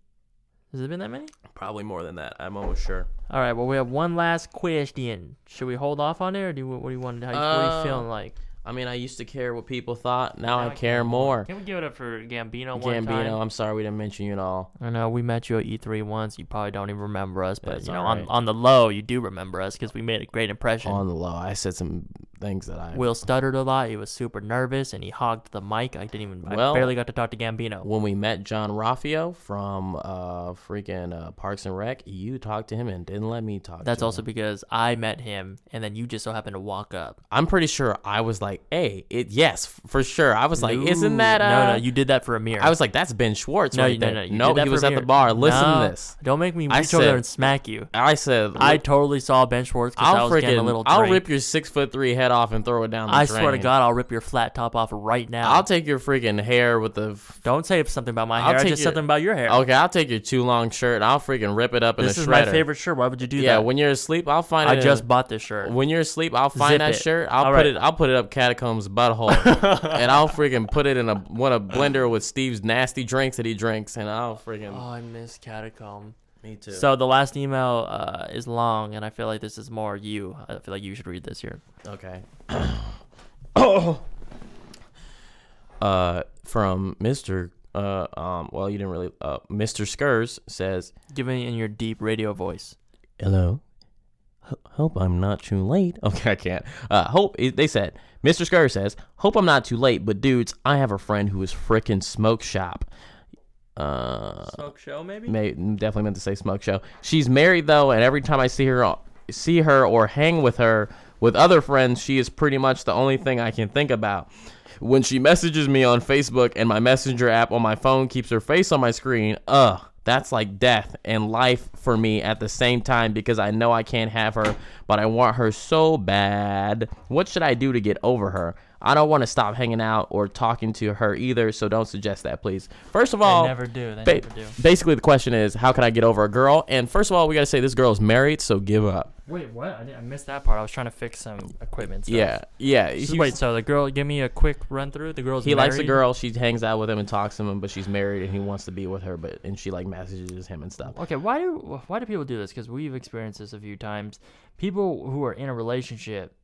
S1: Has it been that many?
S2: Probably more than that. I'm almost sure.
S1: All right. Well, we have one last question. Should we hold off on it, or do you, what do you want? How, you what are
S2: Uh,
S1: you feeling like?
S2: I mean, I used to care what people thought. Now, I,
S1: I
S2: care,
S1: care
S2: more.
S1: Can we give it up for Gambino one time?
S2: Gambino, I'm sorry we didn't mention you at all.
S1: I know we met you at E3 once. You probably don't even remember us, but
S2: That's
S1: you know,
S2: all right.
S1: on on the low, you do remember us because we made a great impression.
S2: On the low, I said some things that I
S1: Will stuttered a lot. He was super nervous and he hogged the mic. I didn't even.
S2: Well-
S1: I barely got to talk to Gambino.
S2: when we met John Raffio from uh freaking uh, Parks and Rec, you talked to him and didn't let me talk.
S1: That's
S2: to
S1: also because I met him and then you just so happened to walk up.
S2: him. I'm pretty sure I was like, "Hey, it yes, f- for sure." I was like, "Isn't that
S1: Ooh,
S2: uh,
S1: No, no, you did that for a mirror.
S2: I was like, "That's Ben Schwartz."
S1: No,
S2: right
S1: you- no,
S2: there.
S1: no. you
S2: no
S1: did that
S2: he
S1: for
S2: was
S1: a
S2: at the
S1: mirror.
S2: bar. Listen
S1: No,
S2: to this.
S1: Don't make me
S2: I
S1: reach over
S2: said-
S1: there and smack you.
S2: I said,
S1: I totally saw Ben Schwartz because I
S2: "I'll
S1: was getting a
S2: freaking,
S1: little.
S2: I'll
S1: drained.
S2: rip your six foot three head off and throw it down the
S1: I
S2: drain."
S1: swear to God, I'll rip your flat top off right now.
S2: I'll take your freaking hair with the. f-
S1: Don't say something about my
S2: I'll
S1: hair. I
S2: take
S1: just
S2: your-
S1: something about your hair.
S2: Okay, I'll take your too long shirt. and I'll freaking rip it up in
S1: this
S2: a
S1: is
S2: shredder.
S1: my favorite shirt. Why would you do
S2: Yeah,
S1: that?
S2: when you're asleep, I'll find it.
S1: I
S2: in a-
S1: just bought this shirt.
S2: When you're asleep, I'll find
S1: Zip
S2: that
S1: it.
S2: shirt. I'll
S1: All
S2: put
S1: right.
S2: it. I'll put it up Catacomb's butthole, and I'll freaking put it in a one a blender with Steve's nasty drinks that he drinks, and I'll freaking.
S1: Oh, I miss Catacomb.
S2: me too.
S1: So the last email uh, is long, and I feel like this is more you. I feel like you should read this here.
S2: Okay. uh, from Mister. Uh, um. Well, you didn't really. Uh, Mister Skurs says,
S1: Give me in your deep radio voice.
S2: Hello. H- hope I'm not too late. Okay, I can't. Uh, hope they said. Mr. Scurry says, "Hope I'm not too late." But dudes, I have a friend who is frickin' smoke shop. Uh,
S1: Smoke show, maybe.
S2: may, definitely meant to say smoke show. She's married though, and every time I see her, see her or hang with her with other friends, she is pretty much the only thing I can think about. When she messages me on Facebook and my messenger app on my phone keeps her face on my screen, ugh, that's like death and life for me at the same time because I know I can't have her, but I want her so bad. What should I do to get over her? I don't want to stop hanging out or talking to her either, so don't suggest that, please. First of all,
S1: never do. They
S2: Ba-
S1: never do.
S2: basically, the question is, how can I get over a girl? And first of all, we gotta say this girl is married, so give up.
S1: Wait, what? I, didn't- I missed that part. I was trying to fix some equipment. Stuff.
S2: Yeah, yeah.
S1: So
S2: He,
S1: wait, so the girl, give me a quick run through. The girl's
S2: he likes the
S1: married?
S2: girl. She hangs out with him and talks to him, but she's married and he wants to be with her. But and she like messages him and stuff.
S1: Okay, why do why do people do this? Because we've experienced this a few times. People who are in a relationship,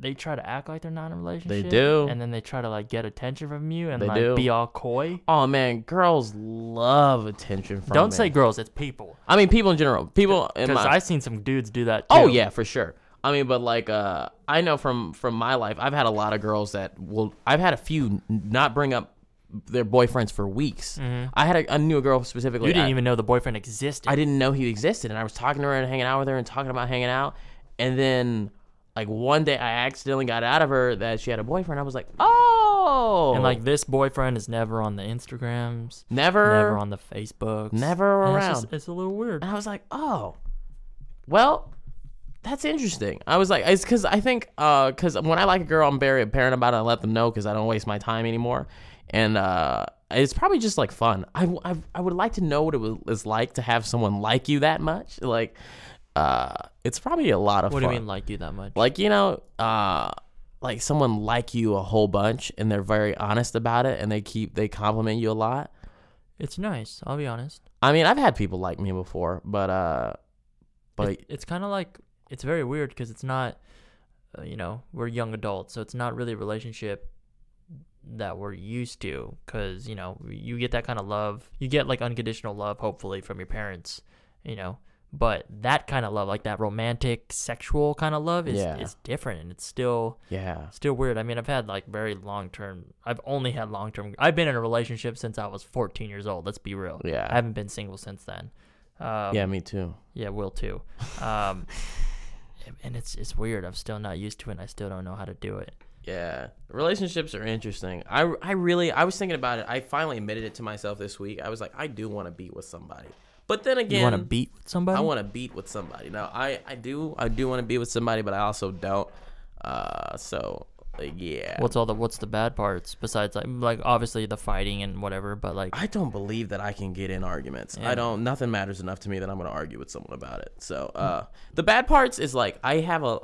S1: they try to act like they're not in a relationship.
S2: do.
S1: and then they try to like get attention from you and
S2: They
S1: like
S2: do.
S1: be all coy.
S2: Oh man, girls love attention from.
S1: Don't
S2: men.
S1: say girls; it's people.
S2: I mean, people in general. People. In
S1: Because
S2: my,
S1: I've seen some dudes do that. Too.
S2: Oh yeah, for sure. I mean, but like, uh, I know from from my life, I've had a lot of girls that will. I've had a few n- not bring up their boyfriends for weeks. I had a, I knew a girl specifically.
S1: Mm. Mm-hmm. you didn't
S2: I-
S1: even know the boyfriend existed.
S2: I didn't know he existed, and I was talking to her and hanging out with her and talking about hanging out, and then like one day I accidentally got out of her that she had a boyfriend. I was like, oh,
S1: and like this boyfriend is never on the Instagrams,
S2: never,
S1: never on the Facebooks,
S2: never
S1: And It's, just-
S2: around.
S1: it's a little weird.
S2: And I was like, oh, well, that's interesting. I was like, it's because I think, uh, because when I like a girl, I'm very apparent about it. I let them know because I don't waste my time anymore. And, uh, it's probably just like fun. I, w- I, I would like to know what it was is like to have someone like you that much. Like, uh, it's probably a lot of
S1: What do
S2: fun.
S1: you mean like you that much?
S2: Like, you know, uh, like someone like you a whole bunch and they're very honest about it and they keep, they compliment you a lot.
S1: It's nice. I'll be honest.
S2: I mean, I've had people like me before, but, uh, but
S1: it, it's kind of like it's very weird because it's not uh, you know we're young adults so it's not really a relationship that we're used to because you know you get that kind of love you get like unconditional love hopefully from your parents you know but that kind of love like that romantic sexual kind of love is,
S2: Yeah.
S1: is different and it's still
S2: yeah.
S1: still weird i mean i've had like very long term i've only had long term i've been in a relationship since i was 14 years old let's be real
S2: Yeah.
S1: i haven't been single since then um,
S2: yeah, me too.
S1: yeah, will too. Um, and it's it's weird. I'm still not used to it. and I still don't know how to do it.
S2: Yeah, relationships are interesting. I, I really I was thinking about it. I finally admitted it to myself this week. I was like, I do want to beat with somebody, but then again,
S1: You want to beat with somebody?
S2: I want to beat with somebody. Now I I do I do want to be with somebody, but I also don't. Uh, so like, yeah.
S1: What's all the What's the bad parts besides like like obviously the fighting and whatever? But like
S2: I don't believe that I can get in arguments. I don't. Nothing matters enough to me that I'm going to argue with someone about it. So uh, the bad parts is like I have a,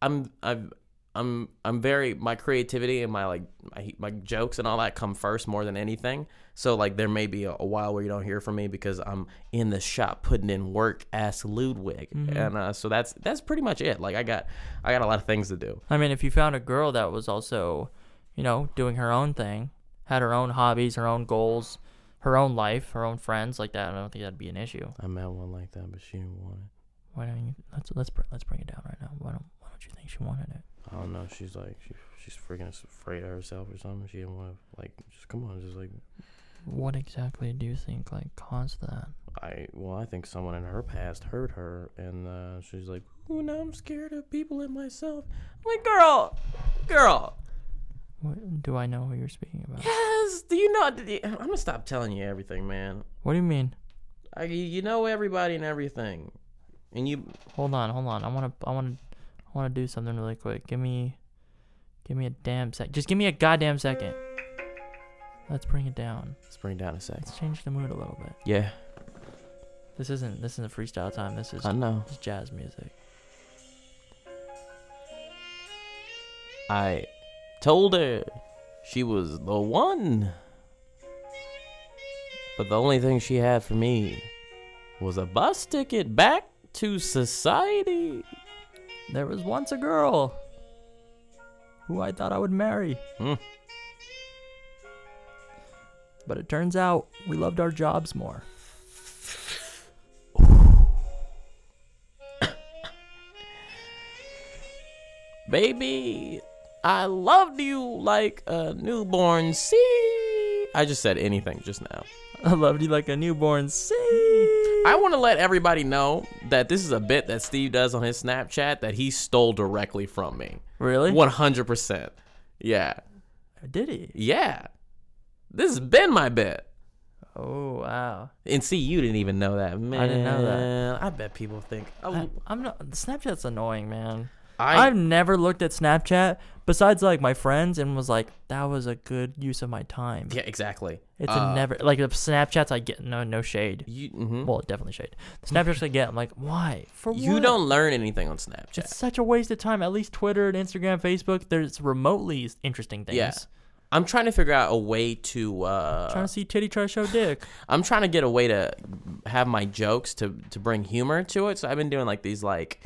S2: I'm I'm I'm I'm very my creativity and my like my, my jokes and all that come first more than anything. So like there may be a, a while where you don't hear from me because I'm in the shop putting in work as Ludwig, and uh, so that's that's pretty much it. Like I got I got a lot of things to do.
S1: I mean, if you found a girl that was also, you know, doing her own thing, had her own hobbies, her own goals, her own life, her own friends like that, I don't think that'd be an issue.
S2: I met one like that, but she didn't want it.
S1: Why don't you let's let's br- let's bring it down right now. Why don't Why don't you think she wanted it?
S2: I don't don't know. She's like she, she's freaking afraid of herself or something. She didn't want to like just come on, just like
S1: What exactly do you think like caused that?
S2: I well, I think someone in her past hurt her, and uh, she's like, "Ooh, now I'm scared of people and myself." I'm like, "Girl, girl,
S1: What, do I know who you're speaking about?
S2: yes, do you know?" Did you, I'm gonna stop telling you everything, man.
S1: What do you mean?
S2: I, you you know everybody and everything, and you
S1: Hold on, hold on. I want to I want to I want to do something really quick. Give me give me a damn sec. Just give me a goddamn second. Let's bring it down.
S2: let's bring it down a sec.
S1: Let's change the mood a little bit.
S2: Yeah,
S1: This isn't this isn't freestyle time. This is
S2: I know.
S1: this is jazz music.
S2: I told her she was the one. But the only thing she had for me was a bus ticket back to society.
S1: There was once a girl who I thought I would marry.
S2: Hmm.
S1: But it turns out we loved our jobs more.
S2: Baby, I loved you like a newborn sea. I just said anything just now.
S1: I loved you like a newborn. See?
S2: I want to let everybody know that this is a bit that Steve does on his Snapchat that he stole directly from me.
S1: Really?
S2: 100%. Yeah.
S1: Did he?
S2: Yeah. This has been my bet.
S1: Oh wow!
S2: And see, you didn't even know that, man.
S1: didn't know that.
S2: I bet people think.
S1: I,
S2: Oh,
S1: I'm not. Snapchat's annoying, man.
S2: I,
S1: I've never looked at Snapchat besides like my friends and was like, that was a good use of my time.
S2: yeah, exactly.
S1: It's
S2: Uh,
S1: a never like the Snapchats I get. No, no shade.
S2: You, mhm.
S1: Well, definitely shade. The Snapchats I get, I'm like, why? For
S2: you
S1: what?
S2: don't learn anything on Snapchat.
S1: It's such a waste of time. At least Twitter and Instagram, Facebook, there's remotely interesting things.
S2: yeah. I'm trying to figure out a way to.
S1: Trying
S2: Uh,
S1: to see titty, try to show dick.
S2: I'm trying to get a way to have my jokes to to bring humor to it. So I've been doing like these like,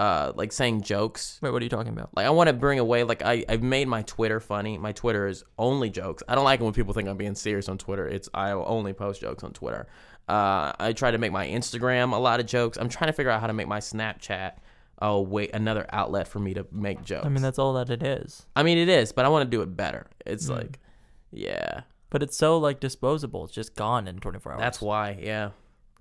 S2: uh, like saying jokes.
S1: Wait, what are you talking about?
S2: Like I want to bring away like I I've made my Twitter funny. My Twitter is only jokes. I don't like it when people think I'm being serious on Twitter. It's I only post jokes on Twitter. Uh, I try to make my Instagram a lot of jokes. I'm trying to figure out how to make my Snapchat a wait another outlet for me to make jokes.
S1: I mean, that's all that it is.
S2: it is, but I want to do it better. It's
S1: Mm.
S2: like, yeah,
S1: But it's so like disposable. It's just gone in 24 hours.
S2: that's why. Yeah,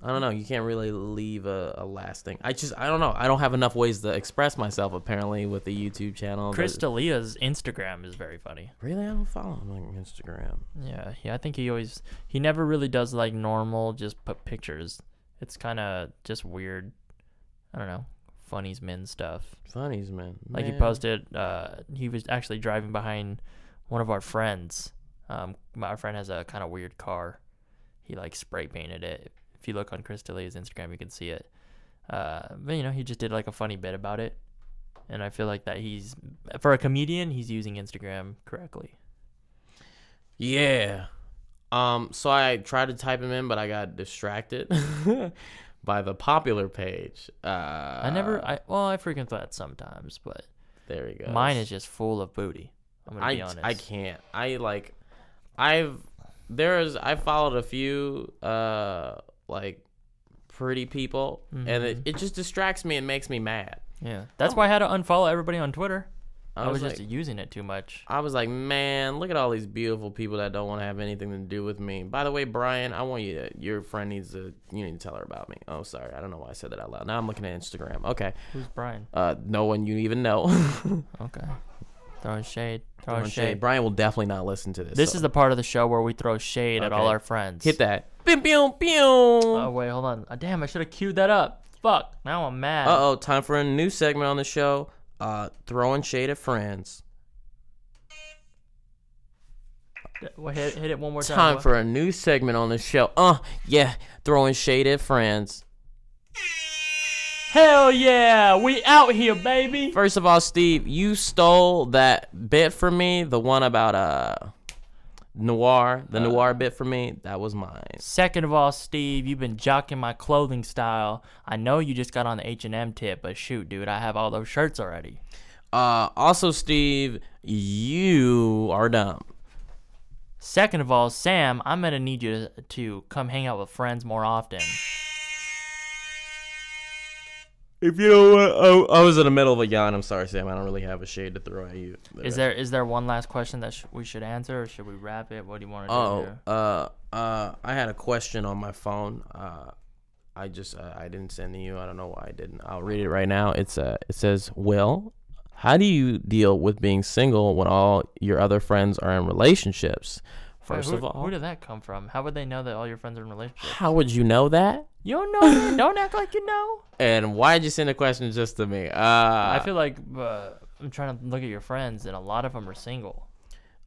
S2: I don't know. You can't really leave a, a lasting. I just I don't know. I don't have enough ways to express myself apparently with the YouTube channel. but-
S1: Chris D'Elia's Instagram is very funny.
S2: really, I don't follow him on Instagram.
S1: Yeah, yeah. I think he always he never really does like normal just put pictures. It's kind of just weird. I don't know, funnies men stuff.
S2: Funnies, man.
S1: Like he
S2: Man.
S1: posted, uh, he was actually driving behind one of our friends. Um, my our friend has a kind of weird car. He like spray painted it. If you look on Chris D'Elia's Instagram, you can see it. Uh, but you know, he just did like a funny bit about it, and I feel like that he's for a comedian, he's using Instagram correctly.
S2: Yeah. Um. So I tried to type him in, but I got distracted by the popular page. Uh,
S1: I never, I well, I frequent that sometimes, but
S2: There we go.
S1: Mine is just full of booty. I'm gonna
S2: I
S1: be honest.
S2: I can't. I like. I've there's I followed a few uh like pretty people, and it,
S1: Mm-hmm.
S2: it just distracts me and makes me mad.
S1: yeah, that's why I had to unfollow everybody on Twitter. I,
S2: Oh. I
S1: was,
S2: was,
S1: just
S2: like,
S1: using it too much.
S2: I was like, man, look at all these beautiful people that don't want to have anything to do with me. By the way, Brian, I want you to. Your friend needs to. You need to tell her about me. Oh, sorry, I don't know why I said that out loud. Now I'm looking at Instagram. Okay.
S1: Who's Brian?
S2: Uh, no one you even know.
S1: Oh, Okay, throwing shade, throwing,
S2: Throwing
S1: shade.
S2: shade. Brian will definitely not listen to this.
S1: This
S2: so
S1: is the part of the show where we throw shade at all
S2: Okay.
S1: our friends.
S2: hit that. Pew pew pew.
S1: Oh wait, hold on. Ah, damn, I should have queued that up. Fuck. Now I'm mad.
S2: Uh oh, time for a new segment on the show. Uh, throwing shade at friends.
S1: D- wait, hit, hit it one more time.
S2: Time
S1: What-
S2: for a new segment on the show. Uh, yeah, throwing shade at friends.
S1: Hell yeah, we out here, baby.
S2: First of all, Steve, you stole that bit from me. The one about uh, noir. The noir bit from me. That was mine.
S1: Second of all, Steve, you've been jocking my clothing style. I know you just got on the H and M tip, but shoot, dude, I have all those shirts already.
S2: Uh, also, Steve, you are dumb.
S1: Second of all, Sam, I'm gonna need you to, to come hang out with friends more often.
S2: If you don't want, oh, I was in the middle of a yawn. I'm sorry, Sam. I don't really have a shade to throw at you.
S1: Is there is there one last question that sh- we should answer, or should we wrap it? What do you want to do?
S2: Oh,
S1: here?
S2: uh, uh, I had a question on my phone. Uh, I just uh, I didn't send to you. I don't know why I didn't. I'll read it right now. It's uh, it says, "Will, how do you deal with being single when all your other friends are in relationships?"
S1: Wait,
S2: First
S1: who,
S2: of all,
S1: who did that come from? How would they know that all your friends are in relationships?
S2: how would you know that?
S1: You don't know. man. don't act like you know.
S2: And why did you send a question just to me? Uh,
S1: I feel like uh, I'm trying to look at your friends, and a lot of them are single.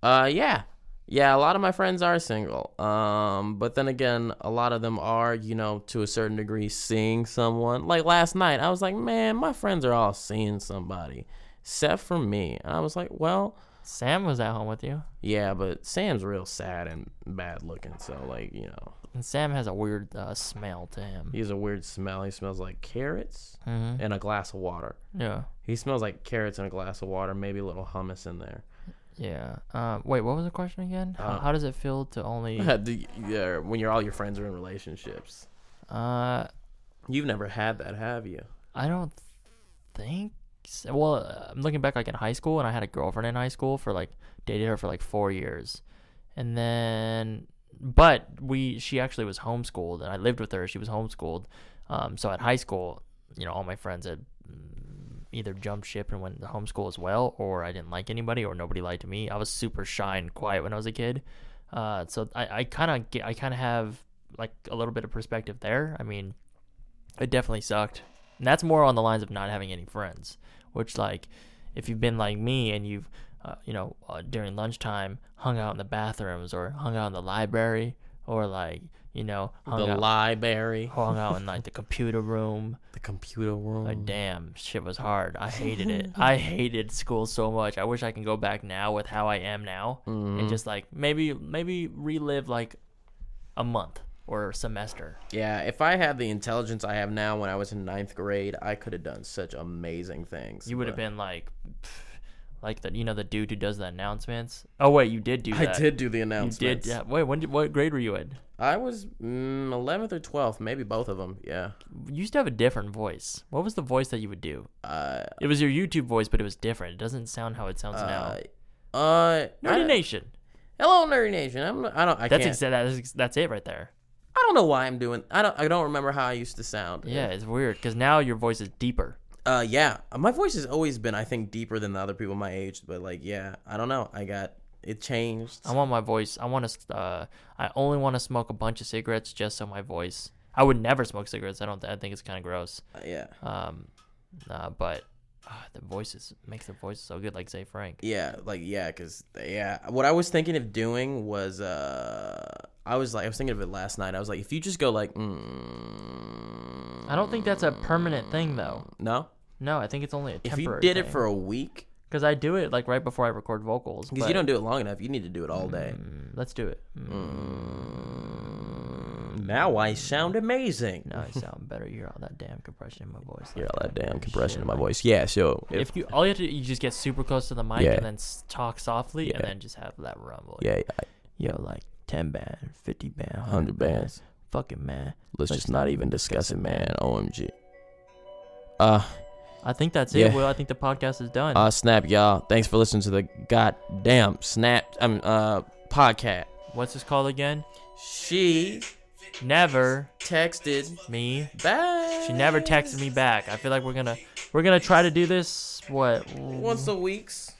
S2: Uh, yeah, yeah. A lot of my friends are single. Um, but then again, a lot of them are, you know, to a certain degree, seeing someone. Like last night, I was like, man, my friends are all seeing somebody, except for me. And I was like, well,
S1: Sam was at home with you,
S2: yeah, but Sam's real sad and bad looking, so like, you know,
S1: and Sam has a weird uh, smell to him.
S2: he has a weird smell. He smells like carrots
S1: Mhm.
S2: and a glass of water.
S1: Yeah,
S2: He smells like carrots and a glass of water, maybe a little hummus in there.
S1: yeah. Uh, wait, what was the question again? How,
S2: Uh,
S1: how does it feel to only?
S2: The- yeah, when you're all your friends are in relationships.
S1: Uh,
S2: You've never had that, have you?
S1: I don't think. So. Well, uh, I'm looking back like in high school, and I had a girlfriend in high school for like dated her for like four years, and then but we she actually was homeschooled, and I lived with her. She was homeschooled, um, so at high school, you know, all my friends had mm, either jumped ship and went to homeschool as well, or I didn't like anybody, or nobody liked me. I was super shy and quiet when I was a kid, uh, so I kind of get I kind of have like a little bit of perspective there. I mean, it definitely sucked. And that's more on the lines of not having any friends, which like if you've been like me and you've uh, you know uh, during lunchtime hung out in the bathrooms or hung out in the library or like you know hung
S2: the
S1: out
S2: library,
S1: hung out in like the computer room.
S2: the computer room.
S1: Like damn, shit was hard. I hated it. I hated school so much. I wish I can go back now with how I am now and just like maybe maybe relive like a month or a semester.
S2: yeah, if I had the intelligence I have now when I was in ninth grade, I could have done such amazing things.
S1: You would have
S2: but-
S1: been like, pff, like the you know the dude who does the announcements. Oh wait, you did do that.
S2: I did do the
S1: You
S2: announcements.
S1: did. Yeah. Wait, when did, what grade were you in?
S2: I was mm, 11th or 12th, maybe both of them. Yeah.
S1: You used to have a different voice. What was the voice that you would do?
S2: Uh,
S1: It was your YouTube voice, but it was different. It doesn't sound how it sounds now.
S2: uh, uh,
S1: Nerdy
S2: I-
S1: Nation.
S2: Hello, Nerdy Nation. I'm. I don't. I
S1: That's
S2: can't.
S1: exa- that's ex- that's it right there.
S2: I don't know why I'm doing. I don't. I don't remember how I used to sound.
S1: Yeah, it's weird because now your voice is deeper.
S2: Uh, yeah. My voice has always been, I think, deeper than the other people my age. But like, yeah, I don't know. I got it changed.
S1: I want my voice. I want to. Uh, I only want to smoke a bunch of cigarettes just so my voice. I would never smoke cigarettes. I don't. I think it's kind of gross.
S2: Uh, yeah.
S1: Um, uh, but uh, the voices makes the voice so good, like Zay Frank.
S2: Yeah, like yeah, cause yeah, what I was thinking of doing was uh, I was like, I was thinking of it last night. I was like, if you just go like, mm,
S1: I don't think that's a permanent thing, though.
S2: no,
S1: No, I think it's only a
S2: if you
S1: temporary.
S2: did it for a week,
S1: because I do it like right before I record vocals.
S2: cause
S1: but-
S2: you don't do it long enough, you need to do it all day.
S1: Mm, Let's do it. Mm,
S2: Now I sound amazing.
S1: Now I sound better. You hear all that damn compression in my voice.
S2: Hear
S1: like,
S2: all that damn compression in my voice. Yeah, so if,
S1: If you all you have to do, you just get super close to the mic
S2: Yeah.
S1: and then s- talk softly
S2: Yeah.
S1: and then just have that rumble.
S2: yeah,
S1: Yo, like ten band, fifty band,
S2: hundred bands.
S1: Fucking man.
S2: Let's just not even discuss it, man. Omg. Uh,
S1: I think that's
S2: Yeah.
S1: it. Well, I think the podcast is done.
S2: uh, snap, y'all. Thanks for listening to the goddamn snap. I'm uh podcast.
S1: What's this called again?
S2: She
S1: Never
S2: texted
S1: me
S2: back.
S1: She never texted me back. I feel like we're gonna we're gonna try to do this. What
S2: once a week's.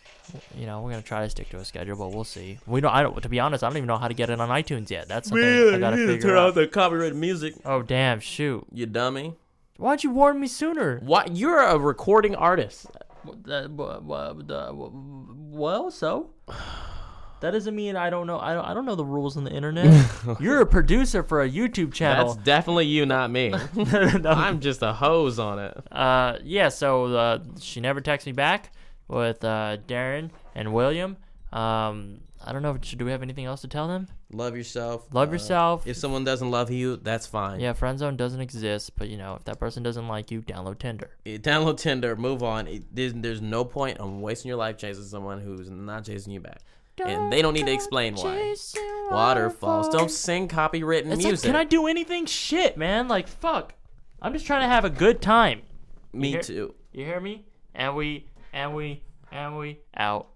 S1: you know, we're gonna try to stick to a schedule, but we'll see. We don't. I don't. To be honest, I don't even know how to get it on iTunes yet. That's something I gotta figure out.
S2: the copyrighted music.
S1: oh damn! Shoot.
S2: You dummy.
S1: Why'd you warn me sooner?
S2: Why? You're a recording artist.
S1: Well, so. That doesn't mean I don't know. I don't. I don't know the rules on the internet. You're a producer for a YouTube
S2: That's
S1: channel.
S2: definitely you, not me. I'm just a hose on it.
S1: uh, yeah, so uh, she never texts me back with uh, Darren and William. Um, I don't know. If, do we have anything else to tell them?
S2: Love yourself.
S1: Love
S2: Uh,
S1: yourself.
S2: If someone doesn't love you, that's fine.
S1: yeah, friend zone doesn't exist, but you know, if that person doesn't like you, download Tinder.
S2: Eh, Download Tinder, move on. It, there's, there's no point on wasting your life chasing someone who's not chasing you back. and they don't need to explain why. Waterfalls. Don't sing copywritten
S1: It's
S2: music.
S1: like, can I do anything? Shit, man. Like, fuck. I'm just trying to have a good time.
S3: Me
S1: hear-
S3: too.
S1: You hear me? And we and we and we out.